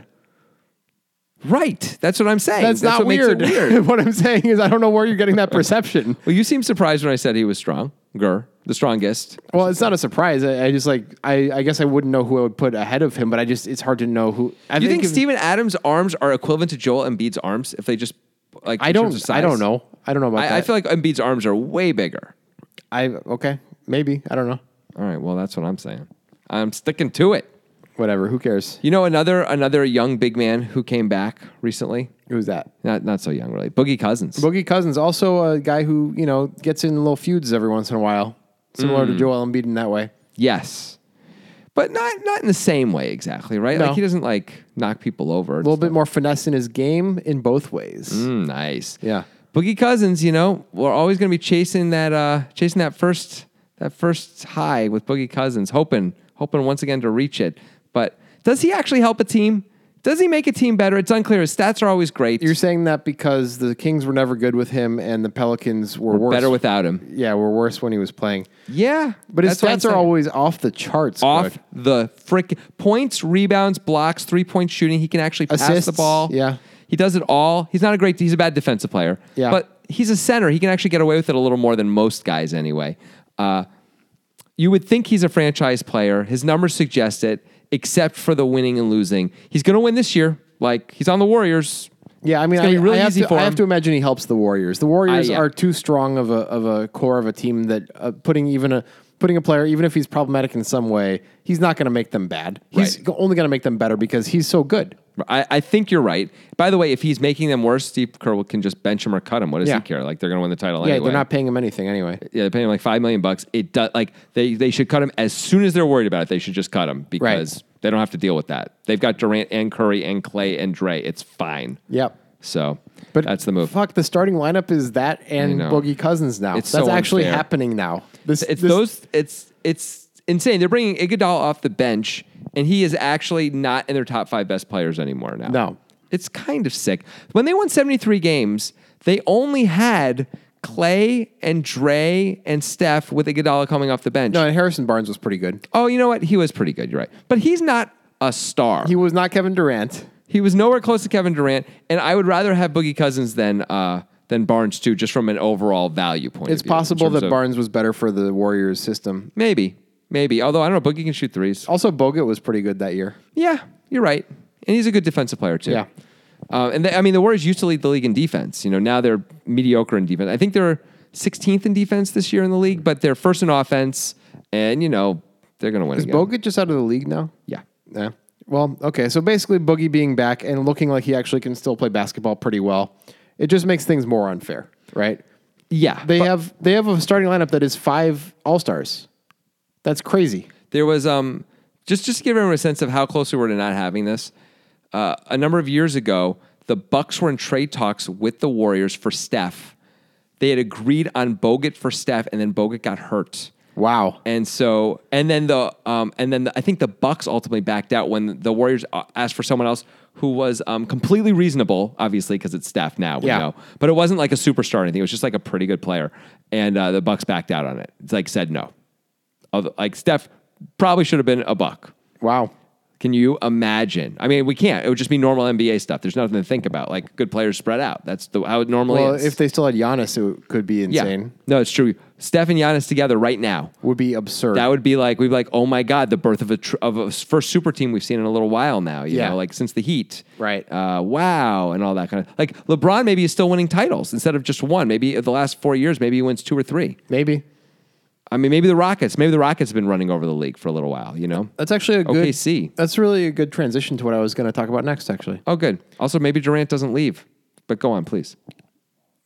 [SPEAKER 1] Right. That's what I'm saying.
[SPEAKER 2] That's, not
[SPEAKER 1] what makes it
[SPEAKER 2] weird. what I'm saying is, I don't know where you're getting that perception.
[SPEAKER 1] well, you seem surprised when I said he was strong. Gur, the strongest.
[SPEAKER 2] Well, it's not a surprise. I, I just like I, I guess I wouldn't know who I would put ahead of him, but I just it's hard to know who. I
[SPEAKER 1] Do you think,
[SPEAKER 2] if-
[SPEAKER 1] Steven Adams' arms are equivalent to Joel Embiid's arms if they just like?
[SPEAKER 2] I
[SPEAKER 1] in terms of
[SPEAKER 2] don't.
[SPEAKER 1] size?
[SPEAKER 2] I don't know. I don't know about
[SPEAKER 1] I,
[SPEAKER 2] that.
[SPEAKER 1] I feel like Embiid's arms are way bigger.
[SPEAKER 2] I okay. Maybe I don't know.
[SPEAKER 1] All right, well that's what I'm saying. I'm sticking to it.
[SPEAKER 2] Whatever. Who cares?
[SPEAKER 1] You know another another young big man who came back recently.
[SPEAKER 2] Who's that?
[SPEAKER 1] Not not so young really. Boogie Cousins.
[SPEAKER 2] Boogie Cousins, also a guy who you know gets in little feuds every once in a while. similar
[SPEAKER 1] Mm.
[SPEAKER 2] to Joel Embiid in that way.
[SPEAKER 1] Yes. But not not in the same way exactly, right?
[SPEAKER 2] No.
[SPEAKER 1] Like he doesn't like knock people over.
[SPEAKER 2] A little bit more finesse in his game in both ways.
[SPEAKER 1] Mm, nice.
[SPEAKER 2] Yeah.
[SPEAKER 1] Boogie Cousins, you know, we're always going to be chasing that uh chasing that first that first high with Boogie Cousins, hoping hoping once again to reach it. But does he actually help a team? Does he make a team better? It's unclear. His stats are always great.
[SPEAKER 2] You're saying that because the Kings were never good with him and the Pelicans were, worse.
[SPEAKER 1] better without him.
[SPEAKER 2] yeah, were worse when he was playing.
[SPEAKER 1] Yeah.
[SPEAKER 2] But his
[SPEAKER 1] that's what I'm
[SPEAKER 2] stats are
[SPEAKER 1] saying.
[SPEAKER 2] always off the charts.
[SPEAKER 1] off
[SPEAKER 2] Greg.
[SPEAKER 1] the frick points, rebounds, blocks, three point shooting. He can actually pass the
[SPEAKER 2] Assists,
[SPEAKER 1] ball.
[SPEAKER 2] yeah.
[SPEAKER 1] he does it all. He's not a great. He's a bad defensive player.
[SPEAKER 2] Yeah.
[SPEAKER 1] but he's a center. He can actually get away with it a little more than most guys, anyway. Uh, you would think he's a franchise player. His numbers suggest it, except for the winning and losing. He's going to win this year. Like he's on the Warriors.
[SPEAKER 2] Yeah, I mean,
[SPEAKER 1] It's
[SPEAKER 2] I,
[SPEAKER 1] gonna be really
[SPEAKER 2] I have
[SPEAKER 1] easy
[SPEAKER 2] to,
[SPEAKER 1] for
[SPEAKER 2] I have
[SPEAKER 1] him. Uh,
[SPEAKER 2] to imagine he helps the Warriors. The Warriors
[SPEAKER 1] yeah.
[SPEAKER 2] are too strong of a of a core of a team that uh, putting even a putting a player, even if he's problematic in some way, he's not going to make them bad. He's
[SPEAKER 1] Right.
[SPEAKER 2] go- only going to make them better because he's so good.
[SPEAKER 1] I, I think you're right. By the way, if he's making them worse, Steve Kerr can just bench him or cut him. What does
[SPEAKER 2] Yeah.
[SPEAKER 1] he care? Like they're going to win the title
[SPEAKER 2] Yeah,
[SPEAKER 1] anyway.
[SPEAKER 2] they're not paying him anything anyway.
[SPEAKER 1] yeah, they're paying him like five million bucks. It does like they they should cut him as soon as they're worried about it. They should just cut him because they don't have to deal with that. They've got Durant and Curry and Clay and Dre. It's fine.
[SPEAKER 2] Yep.
[SPEAKER 1] So,
[SPEAKER 2] But
[SPEAKER 1] that's the move.
[SPEAKER 2] Fuck, the starting lineup is that and
[SPEAKER 1] know.
[SPEAKER 2] Boogie Cousins now.
[SPEAKER 1] It's
[SPEAKER 2] That's
[SPEAKER 1] so
[SPEAKER 2] actually
[SPEAKER 1] unfair.
[SPEAKER 2] happening now. This,
[SPEAKER 1] It's
[SPEAKER 2] this-
[SPEAKER 1] those. It's it's insane. They're bringing Iguodala off the bench, and he is actually not in their top five best players anymore now.
[SPEAKER 2] No.
[SPEAKER 1] it's kind of sick. When they won seventy three games, they only had. Clay and Dre and Steph with Iguodala coming off the bench.
[SPEAKER 2] No, and Harrison Barnes was pretty good.
[SPEAKER 1] Oh, you know what? He was pretty good. You're right. But he's not a star.
[SPEAKER 2] He
[SPEAKER 1] He,
[SPEAKER 2] was not Kevin Durant.
[SPEAKER 1] was nowhere close to Kevin Durant, and I would rather have Boogie Cousins than uh, than Barnes too, just from an overall value point.
[SPEAKER 2] It's
[SPEAKER 1] of view, in
[SPEAKER 2] possible
[SPEAKER 1] terms
[SPEAKER 2] that
[SPEAKER 1] of-
[SPEAKER 2] Barnes was better for the Warriors system.
[SPEAKER 1] maybe maybe. Although I don't know, Boogie can shoot threes.
[SPEAKER 2] Also, Bogut was pretty good that year.
[SPEAKER 1] Yeah, you're right, and he's a good defensive player too.
[SPEAKER 2] Yeah.
[SPEAKER 1] Uh, and they, I mean, the Warriors used to lead the league in defense. You know, now they're mediocre in defense. I think they're 16th in defense this year in the league, but they're first in offense, and you know they're going to win.
[SPEAKER 2] Is
[SPEAKER 1] again.
[SPEAKER 2] Bogut just out of the league now?
[SPEAKER 1] yeah.
[SPEAKER 2] Yeah. Well, okay. So basically, Boogie being back and looking like he actually can still play basketball pretty well, it just makes things more unfair, right?
[SPEAKER 1] Yeah,
[SPEAKER 2] They
[SPEAKER 1] but-
[SPEAKER 2] have they have a starting lineup that is five All Stars. That's crazy.
[SPEAKER 1] There was um just just to give everyone a sense of how close we were to not having this. Uh, a number of years ago, the Bucks were in trade talks with the Warriors for Steph. They had agreed on Bogut for Steph, and then Bogut got hurt.
[SPEAKER 2] Wow.
[SPEAKER 1] And so, and then the, um, and then the, I think the Bucks ultimately backed out when the Warriors uh, asked for someone else who was um, completely reasonable, obviously because it's staff now, we
[SPEAKER 2] Yeah.
[SPEAKER 1] know, but it wasn't like a superstar or anything. It was just like a pretty good player, and uh, the Bucks backed out on it. It's like said no, Although, like Steph probably should have been a buck.
[SPEAKER 2] Wow.
[SPEAKER 1] Can you imagine? I mean, we can't. It would just be normal NBA stuff. There's nothing to think about. Like good players spread out. That's the how it normally
[SPEAKER 2] Well,
[SPEAKER 1] is.
[SPEAKER 2] if they still had Giannis, it could be
[SPEAKER 1] yeah,
[SPEAKER 2] insane.
[SPEAKER 1] no, it's true. Steph and Giannis together right now.
[SPEAKER 2] Would be absurd.
[SPEAKER 1] That would be like we'd be like, oh my god, the birth of a tr- of a s- first super team we've seen in a little while now. You
[SPEAKER 2] Yeah.
[SPEAKER 1] know, like since the Heat,
[SPEAKER 2] Right.
[SPEAKER 1] Uh, wow, and all that kind of like LeBron maybe is still winning titles instead of just one. Maybe the last four years, maybe he wins two or three.
[SPEAKER 2] Maybe.
[SPEAKER 1] I mean, maybe the Rockets, maybe the Rockets have been running over the league for a little while. You know,
[SPEAKER 2] That's actually a good.
[SPEAKER 1] OKC.
[SPEAKER 2] That's really a good transition to what I was going to talk about next. Actually,
[SPEAKER 1] oh good. Also, maybe Durant doesn't leave, but go on, please.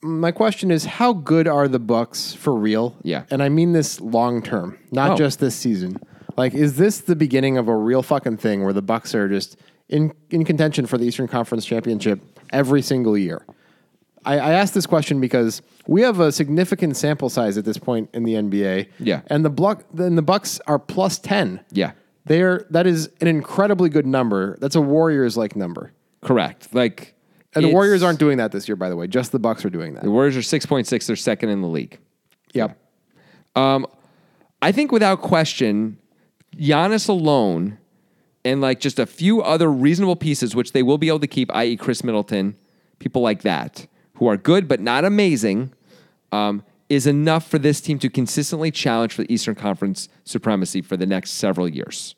[SPEAKER 2] my question is, how good are the Bucks for real?
[SPEAKER 1] Yeah.
[SPEAKER 2] and I mean this long term, not
[SPEAKER 1] Oh.
[SPEAKER 2] just this season. Like, is this the beginning of a real fucking thing where the Bucks are just in in contention for the Eastern Conference championship every single year? I, I asked this question because we have a significant sample size at this point in the NBA.
[SPEAKER 1] Yeah.
[SPEAKER 2] and the block then the Bucks are plus ten.
[SPEAKER 1] Yeah.
[SPEAKER 2] They're, that is an incredibly good number. That's a Warriors like number.
[SPEAKER 1] Correct. Like,
[SPEAKER 2] And the
[SPEAKER 1] it's-
[SPEAKER 2] Warriors aren't doing that this year, by the way. Just the Bucks are doing that.
[SPEAKER 1] The Warriors are six point six. They're second in the league.
[SPEAKER 2] Yep.
[SPEAKER 1] I think without question, Giannis alone and like just a few other reasonable pieces, which they will be able to keep, i.e., Chris Middleton, people like that, who are good but not amazing, um, is enough for this team to consistently challenge for the Eastern Conference supremacy for the next several years.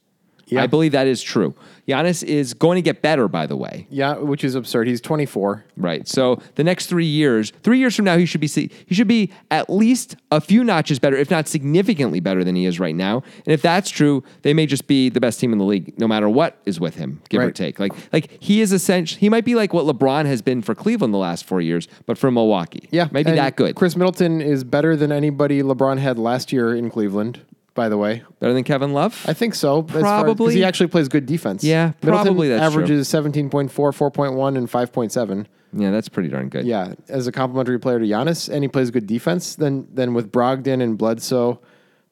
[SPEAKER 2] Yeah.
[SPEAKER 1] I believe that is true. Giannis is going to get better, by the way.
[SPEAKER 2] Yeah, which is absurd. He's 24.
[SPEAKER 1] Right. So the next three years, three years from now, he should be see, he should be at least a few notches better, if not significantly better than he is right now. And if that's true, they may just be the best team in the league, no matter what is with him, give or
[SPEAKER 2] Right.
[SPEAKER 1] take. Like like he is essentially he might be like what LeBron has been for Cleveland the last four years, but for Milwaukee,
[SPEAKER 2] Yeah,
[SPEAKER 1] maybe
[SPEAKER 2] and
[SPEAKER 1] that good,
[SPEAKER 2] Chris Middleton is better than anybody LeBron had last year in Cleveland. By the way,
[SPEAKER 1] better than Kevin Love.
[SPEAKER 2] I think so. as far- 'cause
[SPEAKER 1] Probably.
[SPEAKER 2] he actually plays good defense.
[SPEAKER 1] Yeah,
[SPEAKER 2] Middleton
[SPEAKER 1] probably that's true.
[SPEAKER 2] averages 17.4, 4.1, and 5.7.
[SPEAKER 1] yeah, that's pretty darn good.
[SPEAKER 2] Yeah, as a complimentary player to Giannis, and he plays good defense. Then, then with Brogdon and Bledsoe,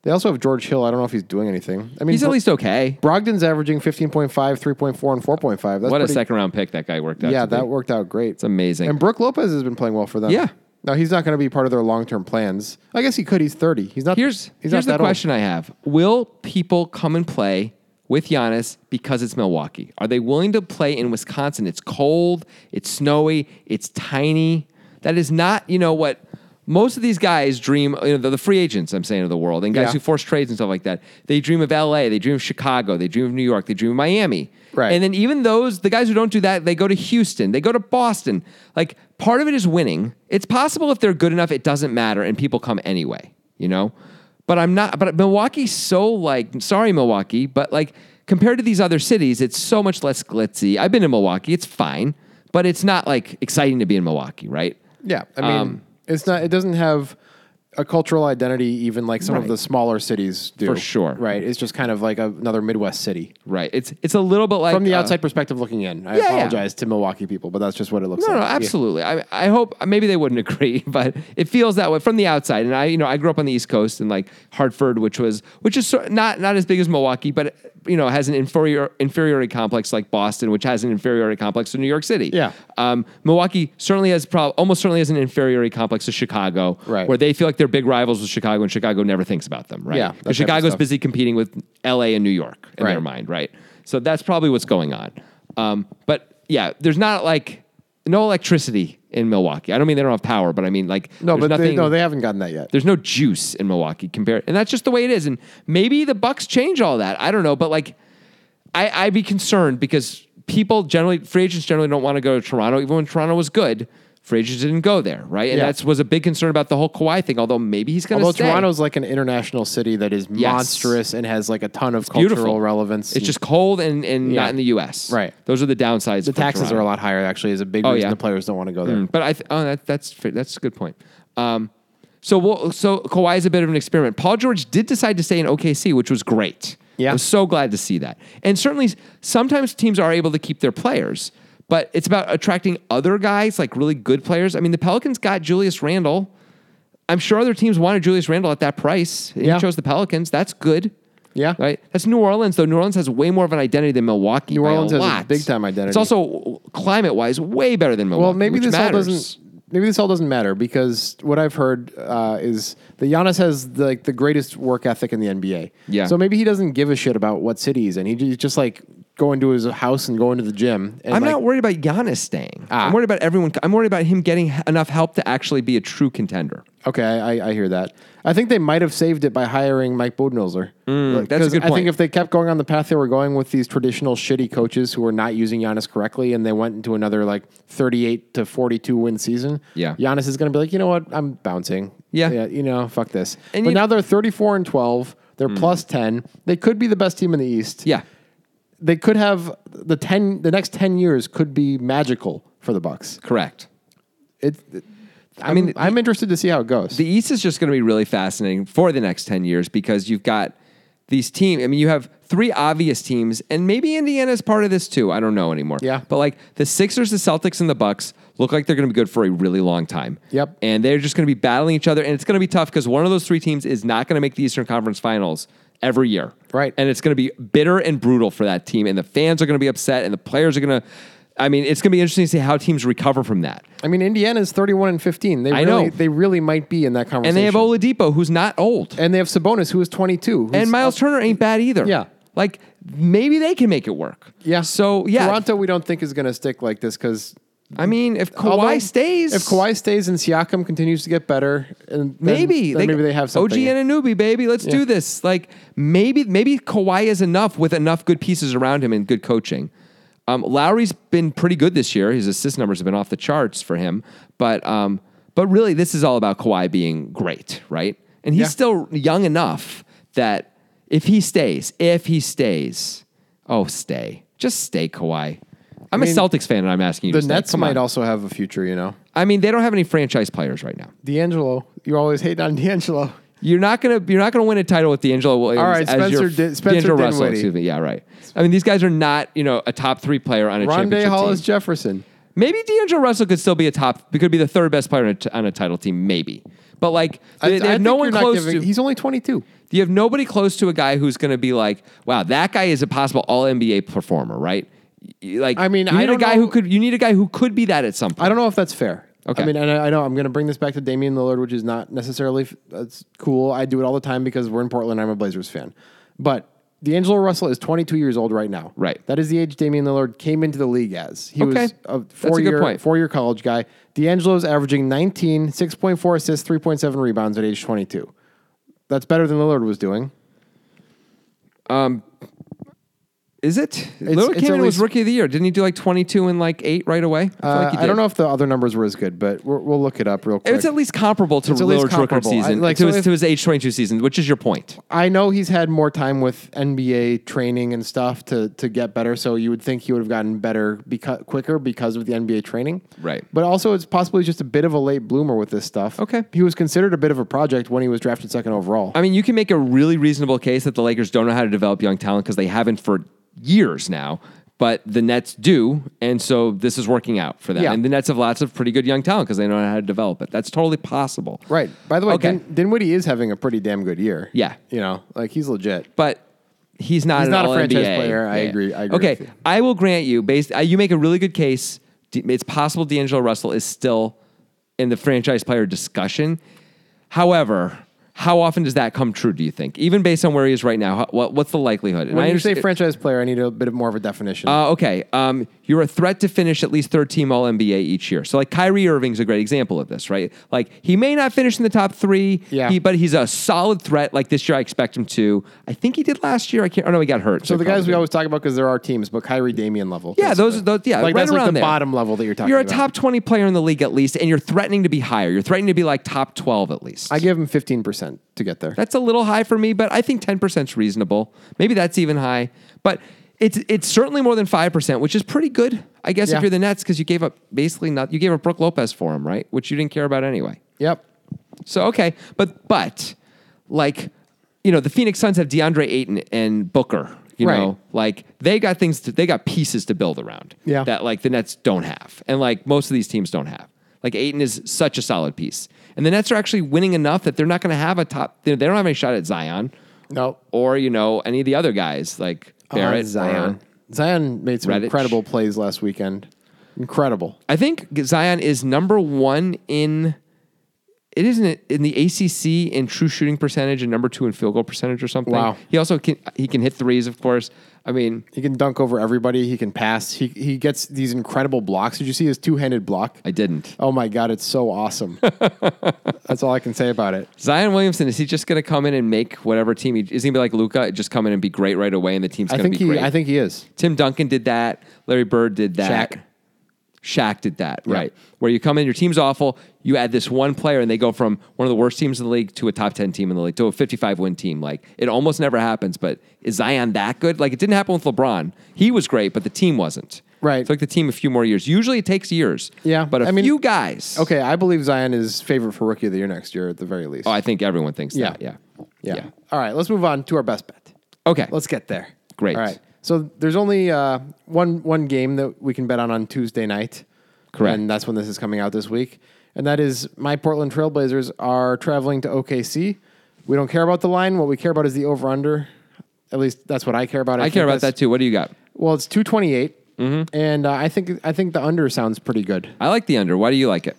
[SPEAKER 2] they also have George Hill. I don't know if he's doing anything. I mean,
[SPEAKER 1] he's at
[SPEAKER 2] Bro-
[SPEAKER 1] least okay.
[SPEAKER 2] Brogdon's averaging 15.5, 3.4, and 4.5. That's
[SPEAKER 1] What a
[SPEAKER 2] pretty,
[SPEAKER 1] second round pick that guy worked out.
[SPEAKER 2] Yeah,
[SPEAKER 1] to be.
[SPEAKER 2] that worked out great.
[SPEAKER 1] it's amazing.
[SPEAKER 2] And Brooke Lopez has been playing well for them.
[SPEAKER 1] Yeah.
[SPEAKER 2] Now he's not going to be part of their long term plans. I guess he could. He's thirty. He's not.
[SPEAKER 1] Here's here's
[SPEAKER 2] he's not
[SPEAKER 1] the
[SPEAKER 2] that old.
[SPEAKER 1] question I have: Will people come and play with Giannis because it's Milwaukee? Are they willing to play in Wisconsin? It's cold, it's snowy, it's tiny. That is not you know what most of these guys dream. You know the, the free agents I'm saying of the world and guys
[SPEAKER 2] Yeah.
[SPEAKER 1] who force trades and stuff like that. They dream of L.A., they dream of Chicago, they dream of New York, they dream of Miami.
[SPEAKER 2] Right.
[SPEAKER 1] And then even those the guys who don't do that, they go to Houston, they go to Boston. Like part of it is winning. It's possible if they're good enough, it doesn't matter, and people come anyway. You know, but I'm not. But Milwaukee's so like sorry, Milwaukee, but like compared to these other cities, it's so much less glitzy. I've been in Milwaukee; it's fine, but it's not like exciting to be in Milwaukee, right?
[SPEAKER 2] Yeah, I mean,
[SPEAKER 1] Um,
[SPEAKER 2] it's not. It doesn't have a cultural identity even like some of
[SPEAKER 1] Right.
[SPEAKER 2] the smaller cities do.
[SPEAKER 1] For sure.
[SPEAKER 2] Right. It's just kind of like a, another Midwest city
[SPEAKER 1] Right. It's it's a little bit like
[SPEAKER 2] from the
[SPEAKER 1] uh,
[SPEAKER 2] outside perspective looking in. I
[SPEAKER 1] yeah, yeah.
[SPEAKER 2] apologize to Milwaukee people, but that's just what it looks
[SPEAKER 1] No,
[SPEAKER 2] like.
[SPEAKER 1] no,
[SPEAKER 2] Yeah.
[SPEAKER 1] absolutely. I, I hope maybe they wouldn't agree, but it feels that way from the outside. And I, you know, I grew up on the East Coast in like Hartford, which was which is sort- not not as big as Milwaukee, but you know has an inferior inferiority complex like Boston, which has an inferiority complex to New York City.
[SPEAKER 2] Yeah.
[SPEAKER 1] um, Milwaukee certainly has prob- almost certainly has an inferiority complex to Chicago,
[SPEAKER 2] Right.
[SPEAKER 1] Where they feel like they're big rivals with Chicago, and Chicago never thinks about them, right?
[SPEAKER 2] Yeah, that type
[SPEAKER 1] because
[SPEAKER 2] of
[SPEAKER 1] Chicago's
[SPEAKER 2] stuff.
[SPEAKER 1] busy competing with L.A. and New York in their
[SPEAKER 2] Right.
[SPEAKER 1] mind, right? So that's probably what's going on. Um, but yeah, there's not like no electricity in Milwaukee. I don't mean they don't have power, but I mean like
[SPEAKER 2] No,
[SPEAKER 1] there's
[SPEAKER 2] but
[SPEAKER 1] nothing.
[SPEAKER 2] they, no, they haven't gotten that yet.
[SPEAKER 1] there's no juice in Milwaukee compared, and that's just the way it is. And maybe the Bucks change all that. I don't know, but like, I I'd be concerned because people generally free agents generally don't want to go to Toronto, even when Toronto was good. Free agents didn't go there, right? And
[SPEAKER 2] Yeah.
[SPEAKER 1] that's was a big concern about the whole Kawhi thing. Although maybe he's going to
[SPEAKER 2] Although
[SPEAKER 1] stay.
[SPEAKER 2] Toronto's like an international city that is
[SPEAKER 1] Yes.
[SPEAKER 2] monstrous and has like a ton of cultural
[SPEAKER 1] beautiful
[SPEAKER 2] relevance.
[SPEAKER 1] It's just cold and, and
[SPEAKER 2] Mm. Yeah.
[SPEAKER 1] not in the U.S.
[SPEAKER 2] Right.
[SPEAKER 1] Those are the downsides.
[SPEAKER 2] the taxes are a lot higher. Actually, is a big reason
[SPEAKER 1] Oh, yeah.
[SPEAKER 2] the players don't want to go there.
[SPEAKER 1] But I th- oh that, that's fair. that's a good point. Um, so we'll, so Kawhi is a bit of an experiment. Paul George did decide to stay in OKC, which was great.
[SPEAKER 2] Yeah.
[SPEAKER 1] I was so glad to see that. And certainly, s- sometimes teams are able to keep their players, but it's about attracting other guys, like really good players. I mean, the Pelicans got Julius Randle. I'm sure other teams wanted Julius Randle at that price. and
[SPEAKER 2] Yeah.
[SPEAKER 1] He chose the Pelicans. That's good.
[SPEAKER 2] Yeah.
[SPEAKER 1] Right? That's New Orleans, though. New Orleans has way more of an identity than Milwaukee. New
[SPEAKER 2] Orleans has a big-time
[SPEAKER 1] It's
[SPEAKER 2] identity.
[SPEAKER 1] also climate wise way better than Milwaukee.
[SPEAKER 2] Well, maybe
[SPEAKER 1] which
[SPEAKER 2] this all
[SPEAKER 1] matters.
[SPEAKER 2] doesn't. Maybe this all doesn't matter because what I've heard uh, is that Giannis has the, like the greatest work ethic in the NBA.
[SPEAKER 1] Yeah.
[SPEAKER 2] So maybe he doesn't give a shit about what city he's in. He ju- just like go into his house and go into the gym. And
[SPEAKER 1] I'm
[SPEAKER 2] like,
[SPEAKER 1] not worried about Giannis staying.
[SPEAKER 2] Ah.
[SPEAKER 1] I'm worried about everyone. I'm worried about him getting h- enough help to actually be a true contender.
[SPEAKER 2] Okay, I, I- I hear that. I think they might have saved it by hiring Mike Budenholzer. Like,
[SPEAKER 1] Mm, that's a
[SPEAKER 2] 'cause
[SPEAKER 1] good
[SPEAKER 2] I
[SPEAKER 1] point.
[SPEAKER 2] think if they kept going on the path they were going with these traditional shitty coaches who were not using Giannis correctly, and they went into another like thirty-eight to forty-two win season,
[SPEAKER 1] Yeah.
[SPEAKER 2] Giannis is going to be like, you know what, I'm bouncing.
[SPEAKER 1] Yeah.
[SPEAKER 2] you know, fuck this.
[SPEAKER 1] And you-
[SPEAKER 2] but
[SPEAKER 1] Mm.
[SPEAKER 2] now they're thirty-four and twelve. They're plus ten. They could be the best team in the East.
[SPEAKER 1] Yeah.
[SPEAKER 2] they could have the ten. The next ten years could be magical for the Bucks.
[SPEAKER 1] Correct.
[SPEAKER 2] It. i
[SPEAKER 1] mean,
[SPEAKER 2] mean, I'm interested to see how it goes.
[SPEAKER 1] The East is just going to be really fascinating for the next 10 years because you've got these teams. I mean, you have three obvious teams, and maybe Indiana's part of this too. I don't know anymore.
[SPEAKER 2] Yeah.
[SPEAKER 1] But like the Sixers, the Celtics, and the Bucks look like they're going to be good for a really long time.
[SPEAKER 2] Yep.
[SPEAKER 1] And they're just going to be battling each other, and it's going to be tough because one of those three teams is not going to make the Eastern Conference Finals every year.
[SPEAKER 2] Right.
[SPEAKER 1] And it's going to be bitter and brutal for that team, and the fans are going to be upset, and the players are going to. I mean, it's going to be interesting to see how teams recover from that.
[SPEAKER 2] I mean, Indiana's 31 and 15. They
[SPEAKER 1] I
[SPEAKER 2] really,
[SPEAKER 1] know.
[SPEAKER 2] they really might be in that conversation.
[SPEAKER 1] And they have Oladipo, who's not old.
[SPEAKER 2] and they have Sabonis, who is 22. who's-
[SPEAKER 1] and Miles Turner ain't bad either.
[SPEAKER 2] Yeah.
[SPEAKER 1] Like maybe they can make it work.
[SPEAKER 2] yeah.
[SPEAKER 1] So yeah.
[SPEAKER 2] Toronto, we don't think is going to stick like this because
[SPEAKER 1] I mean, if Kawhi
[SPEAKER 2] Although,
[SPEAKER 1] stays,
[SPEAKER 2] If Kawhi stays and Siakam continues to get better, and then-
[SPEAKER 1] maybe
[SPEAKER 2] then maybe they have something.
[SPEAKER 1] OG and Anubi, baby. Let's do this. Like maybe maybe Kawhi is enough with enough good pieces around him and good coaching. Um, Lowry's been pretty good this year. His assist numbers have been off the charts for him, but um, but really this is all about Kawhi being great, right? And he's
[SPEAKER 2] Yeah.
[SPEAKER 1] still young enough that if he stays, if he stays, oh stay, just stay, Kawhi. I'm
[SPEAKER 2] mean,
[SPEAKER 1] a Celtics fan, and I'm asking you.
[SPEAKER 2] the
[SPEAKER 1] to stay.
[SPEAKER 2] Nets
[SPEAKER 1] Come on.
[SPEAKER 2] might also have a future. You know,
[SPEAKER 1] I mean, they don't have any franchise players right now.
[SPEAKER 2] D'Angelo. You always hate on D'Angelo.
[SPEAKER 1] You're not gonna you're not gonna win a title with D'Angelo Williams.
[SPEAKER 2] All right,
[SPEAKER 1] as your-
[SPEAKER 2] Spencer Di- Spencer
[SPEAKER 1] D'Angelo Russell.
[SPEAKER 2] Dinwiddie.
[SPEAKER 1] Excuse me. Yeah, right. I mean, these guys are not you know a top three player on a
[SPEAKER 2] Rondé
[SPEAKER 1] championship
[SPEAKER 2] Hollis
[SPEAKER 1] team.
[SPEAKER 2] Jefferson.
[SPEAKER 1] Maybe D'Angelo Russell could still be a top. Could be the third best player on a, t- on a title team. Maybe, but like they, they
[SPEAKER 2] I
[SPEAKER 1] have
[SPEAKER 2] think
[SPEAKER 1] no
[SPEAKER 2] you're
[SPEAKER 1] one
[SPEAKER 2] not
[SPEAKER 1] close
[SPEAKER 2] giving-
[SPEAKER 1] to.
[SPEAKER 2] He's only 22.
[SPEAKER 1] You have nobody close to a guy who's going to be like, wow, that guy is a possible All NBA performer, right? Y- Like,
[SPEAKER 2] I mean,
[SPEAKER 1] you
[SPEAKER 2] I
[SPEAKER 1] need a
[SPEAKER 2] don't
[SPEAKER 1] guy
[SPEAKER 2] know-
[SPEAKER 1] who could. You need a guy who could be that at some point.
[SPEAKER 2] I don't know if that's fair.
[SPEAKER 1] Okay.
[SPEAKER 2] I mean, and I, I know I'm going to bring this back to Damian Lillard, which is not necessarily f- that's cool. I do it all the time because we're in Portland. I'm a Blazers fan, but D'Angelo Russell is 22 years old right now.
[SPEAKER 1] Right.
[SPEAKER 2] That is the age Damian Lillard came into the league as. He
[SPEAKER 1] Okay.
[SPEAKER 2] was
[SPEAKER 1] That's a
[SPEAKER 2] a
[SPEAKER 1] good
[SPEAKER 2] four year
[SPEAKER 1] point.
[SPEAKER 2] four year college guy. D'Angelo's averaging 19, 6.4 assists, 3.7 rebounds at age 22. That's better than Lillard was doing.
[SPEAKER 1] Is it?
[SPEAKER 2] It's-
[SPEAKER 1] Lillard
[SPEAKER 2] it's
[SPEAKER 1] came in and
[SPEAKER 2] at
[SPEAKER 1] was
[SPEAKER 2] least-
[SPEAKER 1] rookie of the year. Didn't he do like 22 and like eight right away? I, feel
[SPEAKER 2] Uh,
[SPEAKER 1] like he
[SPEAKER 2] I
[SPEAKER 1] did.
[SPEAKER 2] don't know if the other numbers were as good, but we're, we'll look it up real quick.
[SPEAKER 1] It's at least comparable to
[SPEAKER 2] It's at least
[SPEAKER 1] Lillard's record
[SPEAKER 2] comparable. I-
[SPEAKER 1] season,
[SPEAKER 2] like,
[SPEAKER 1] to,
[SPEAKER 2] so
[SPEAKER 1] his,
[SPEAKER 2] if-
[SPEAKER 1] to his age 22 season, which is your point.
[SPEAKER 2] I know he's had more time with NBA training and stuff to to get better. So you would think he would have gotten better because quicker because of the NBA training,
[SPEAKER 1] Right.
[SPEAKER 2] But also, it's possibly just a bit of a late bloomer with this stuff.
[SPEAKER 1] Okay.
[SPEAKER 2] he was considered a bit of a project when he was drafted second overall.
[SPEAKER 1] I mean, you can make a really reasonable case that the Lakers don't know how to develop young talent because they haven't for years now, but the Nets do. And so this is working out for them.
[SPEAKER 2] Yeah.
[SPEAKER 1] And the Nets have lots of pretty good young talent because they know how to develop it. That's totally possible.
[SPEAKER 2] right. By the way,
[SPEAKER 1] Okay.
[SPEAKER 2] Din- Dinwiddie is having a pretty damn good year.
[SPEAKER 1] Yeah.
[SPEAKER 2] you know, like he's legit.
[SPEAKER 1] but he's not.
[SPEAKER 2] He's
[SPEAKER 1] an
[SPEAKER 2] not a
[SPEAKER 1] all
[SPEAKER 2] franchise
[SPEAKER 1] NBA.
[SPEAKER 2] player. I agree- I agree
[SPEAKER 1] Okay,
[SPEAKER 2] with you.
[SPEAKER 1] I will grant you. Based, uh, you make a really good case. D- It's possible D'Angelo Russell is still in the franchise player discussion. However. How often does that come true? Do you think, even based on where he is right now, how, what, what's the likelihood? And
[SPEAKER 2] When you
[SPEAKER 1] understand-
[SPEAKER 2] say franchise player, I need a bit of more of a definition.
[SPEAKER 1] uh, okay. Um, you're a threat to finish at least third team All NBA each year. So, like Kyrie Irving's a great example of this, right? Like he may not finish in the top three,
[SPEAKER 2] Yeah.
[SPEAKER 1] he- but he's a solid threat. Like this year, I expect him to. I think he did last year. I can't. Oh no, he got hurt.
[SPEAKER 2] so the guys
[SPEAKER 1] probably
[SPEAKER 2] we always talk about because there are teams, but Kyrie, Damian level.
[SPEAKER 1] Yeah, those
[SPEAKER 2] basically.
[SPEAKER 1] are those. Yeah,
[SPEAKER 2] like
[SPEAKER 1] right
[SPEAKER 2] that's
[SPEAKER 1] around
[SPEAKER 2] like the
[SPEAKER 1] there.
[SPEAKER 2] bottom level that you're talking.
[SPEAKER 1] You're a
[SPEAKER 2] about.
[SPEAKER 1] top twenty player in the league at least, and you're threatening to be higher. You're threatening to be like top twelve at least.
[SPEAKER 2] I give him fifteen percent to get there.
[SPEAKER 1] That's a little high for me, but I think 10% is reasonable. Maybe that's even high, but it's it's certainly more than 5%, which is pretty good, I guess, if
[SPEAKER 2] Yeah.
[SPEAKER 1] you're the Nets, because you gave up basically not, you gave up Brooke Lopez for him, right? Which you didn't care about anyway.
[SPEAKER 2] yep.
[SPEAKER 1] So, okay. But, but like, you know, the Phoenix Suns have DeAndre Ayton and Booker, you
[SPEAKER 2] Right.
[SPEAKER 1] know, like they got things, to, they got pieces to build around
[SPEAKER 2] Yeah.
[SPEAKER 1] that like the Nets don't have. And like most of these teams don't have. Like Ayton is such a solid piece. And the Nets are actually winning enough that they're not going to have a top, they they don't have any shot at Zion
[SPEAKER 2] No.
[SPEAKER 1] or, you know, any of the other guys like Barrett. or-
[SPEAKER 2] Uh, Zion. Zion made some
[SPEAKER 1] Redditch.
[SPEAKER 2] incredible plays last weekend. Incredible.
[SPEAKER 1] I think Zion is number one in. It isn't in the ACC in true shooting percentage and number two in field goal percentage or something.
[SPEAKER 2] Wow.
[SPEAKER 1] He also can he can hit threes, of course. I mean,
[SPEAKER 2] He can dunk over everybody. He can pass. He he gets these incredible blocks. Did you see his two handed block?
[SPEAKER 1] I didn't.
[SPEAKER 2] Oh my god, it's so awesome. That's all I can say about it.
[SPEAKER 1] Zion Williamson is he just going to come in and make whatever team he is he going to be like Luca? Just come in and be great right away, and the team's
[SPEAKER 2] I
[SPEAKER 1] going to
[SPEAKER 2] think
[SPEAKER 1] be
[SPEAKER 2] he
[SPEAKER 1] great.
[SPEAKER 2] I think he is.
[SPEAKER 1] Tim Duncan did that. Larry Bird did that.
[SPEAKER 2] Shaq.
[SPEAKER 1] Shaq did that, right? Where you come in, your team's awful. You add this one player, and they go from one of the worst teams in the league to a top ten team in the league to a fifty-five win team. Like it almost never happens. But is Zion that good? Like it didn't happen with LeBron. He was great, but the team wasn't.
[SPEAKER 2] Right.
[SPEAKER 1] It took the team a few more years. Usually it takes years.
[SPEAKER 2] Yeah,
[SPEAKER 1] But a
[SPEAKER 2] I mean-
[SPEAKER 1] few guys.
[SPEAKER 2] Okay, I believe Zion is favorite for rookie of the year next year at the very least.
[SPEAKER 1] Oh, I think everyone thinks
[SPEAKER 2] Yeah.
[SPEAKER 1] that. Yeah.
[SPEAKER 2] yeah. All right, let's move on to our best bet.
[SPEAKER 1] Okay.
[SPEAKER 2] Let's get there.
[SPEAKER 1] Great.
[SPEAKER 2] All right. So there's only uh, one one game that we can bet on on Tuesday night.
[SPEAKER 1] Correct.
[SPEAKER 2] And that's when this is coming out this week. And that is my Portland Trailblazers are traveling to OKC. We don't care about the line. What we care about is the over under. At least that's what I care about.
[SPEAKER 1] I
[SPEAKER 2] think
[SPEAKER 1] care about
[SPEAKER 2] that's-
[SPEAKER 1] that Mm-hmm. too. What do you got?
[SPEAKER 2] Well, it's 228. And uh, I think I think the under sounds pretty good.
[SPEAKER 1] I like the under. Why do you like it?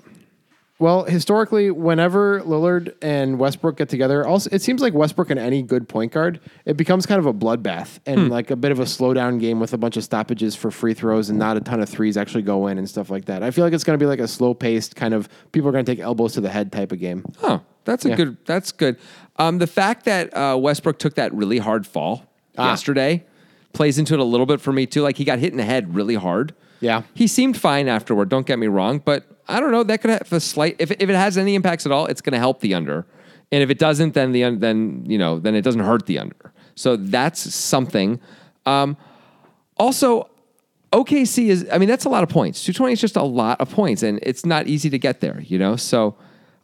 [SPEAKER 2] Well, historically, whenever Lillard and Westbrook get together, also it seems like Westbrook and any good point guard, it becomes kind of a bloodbath
[SPEAKER 1] Hmm.
[SPEAKER 2] and like a bit of a slowdown game with a bunch of stoppages for free throws and not a ton of threes actually go in and stuff like that. I feel like it's going to be like a slow paced kind of people are going to take elbows to the head type of game.
[SPEAKER 1] Oh, that's a
[SPEAKER 2] Yeah.
[SPEAKER 1] good. That's good. Um, the fact that uh, Westbrook took that really hard fall
[SPEAKER 2] Ah.
[SPEAKER 1] yesterday plays into it a little bit for me too. Like he got hit in the head really hard.
[SPEAKER 2] Yeah.
[SPEAKER 1] he seemed fine afterward. Don't get me wrong, but I don't know. That could have a slight. If if it has any impacts at all, it's going to help the under. And if it doesn't, then the un- then you know then it doesn't hurt the under. So that's something. Um, also, OKC is, I mean, that's a lot of points. 220 is just a lot of points, and it's not easy to get there, you know? So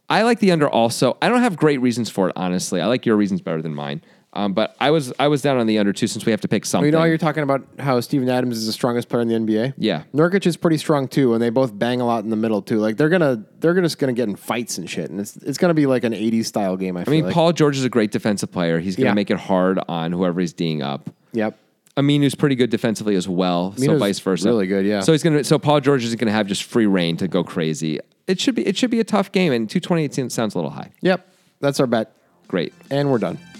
[SPEAKER 1] I like the under also. I don't have great reasons for it, honestly. I like your reasons better than mine. Um, but I was I was down on the under too since we have to pick something.
[SPEAKER 2] Oh, You know how you're talking about how Steven Adams is the strongest player in the NBA?
[SPEAKER 1] Yeah.
[SPEAKER 2] Nurkic is pretty strong too, and they both bang a lot in the middle too. Like they're gonna they're gonna just gonna get in fights and shit. And it's it's gonna be like an 80s style game, I feel
[SPEAKER 1] I mean,
[SPEAKER 2] like.
[SPEAKER 1] Paul George is a great defensive player. He's going to
[SPEAKER 2] Yeah.
[SPEAKER 1] make it hard on whoever he's D'ing up.
[SPEAKER 2] yep.
[SPEAKER 1] Aminu's pretty good defensively as well, so
[SPEAKER 2] Aminu's
[SPEAKER 1] vice versa.
[SPEAKER 2] really good, yeah.
[SPEAKER 1] So he's gonna. So Paul George isn't gonna have just free reign to go crazy. It should be. It should be a tough game, and two twenty eight sounds a little high.
[SPEAKER 2] Yep. That's our bet.
[SPEAKER 1] Great.
[SPEAKER 2] And we're done.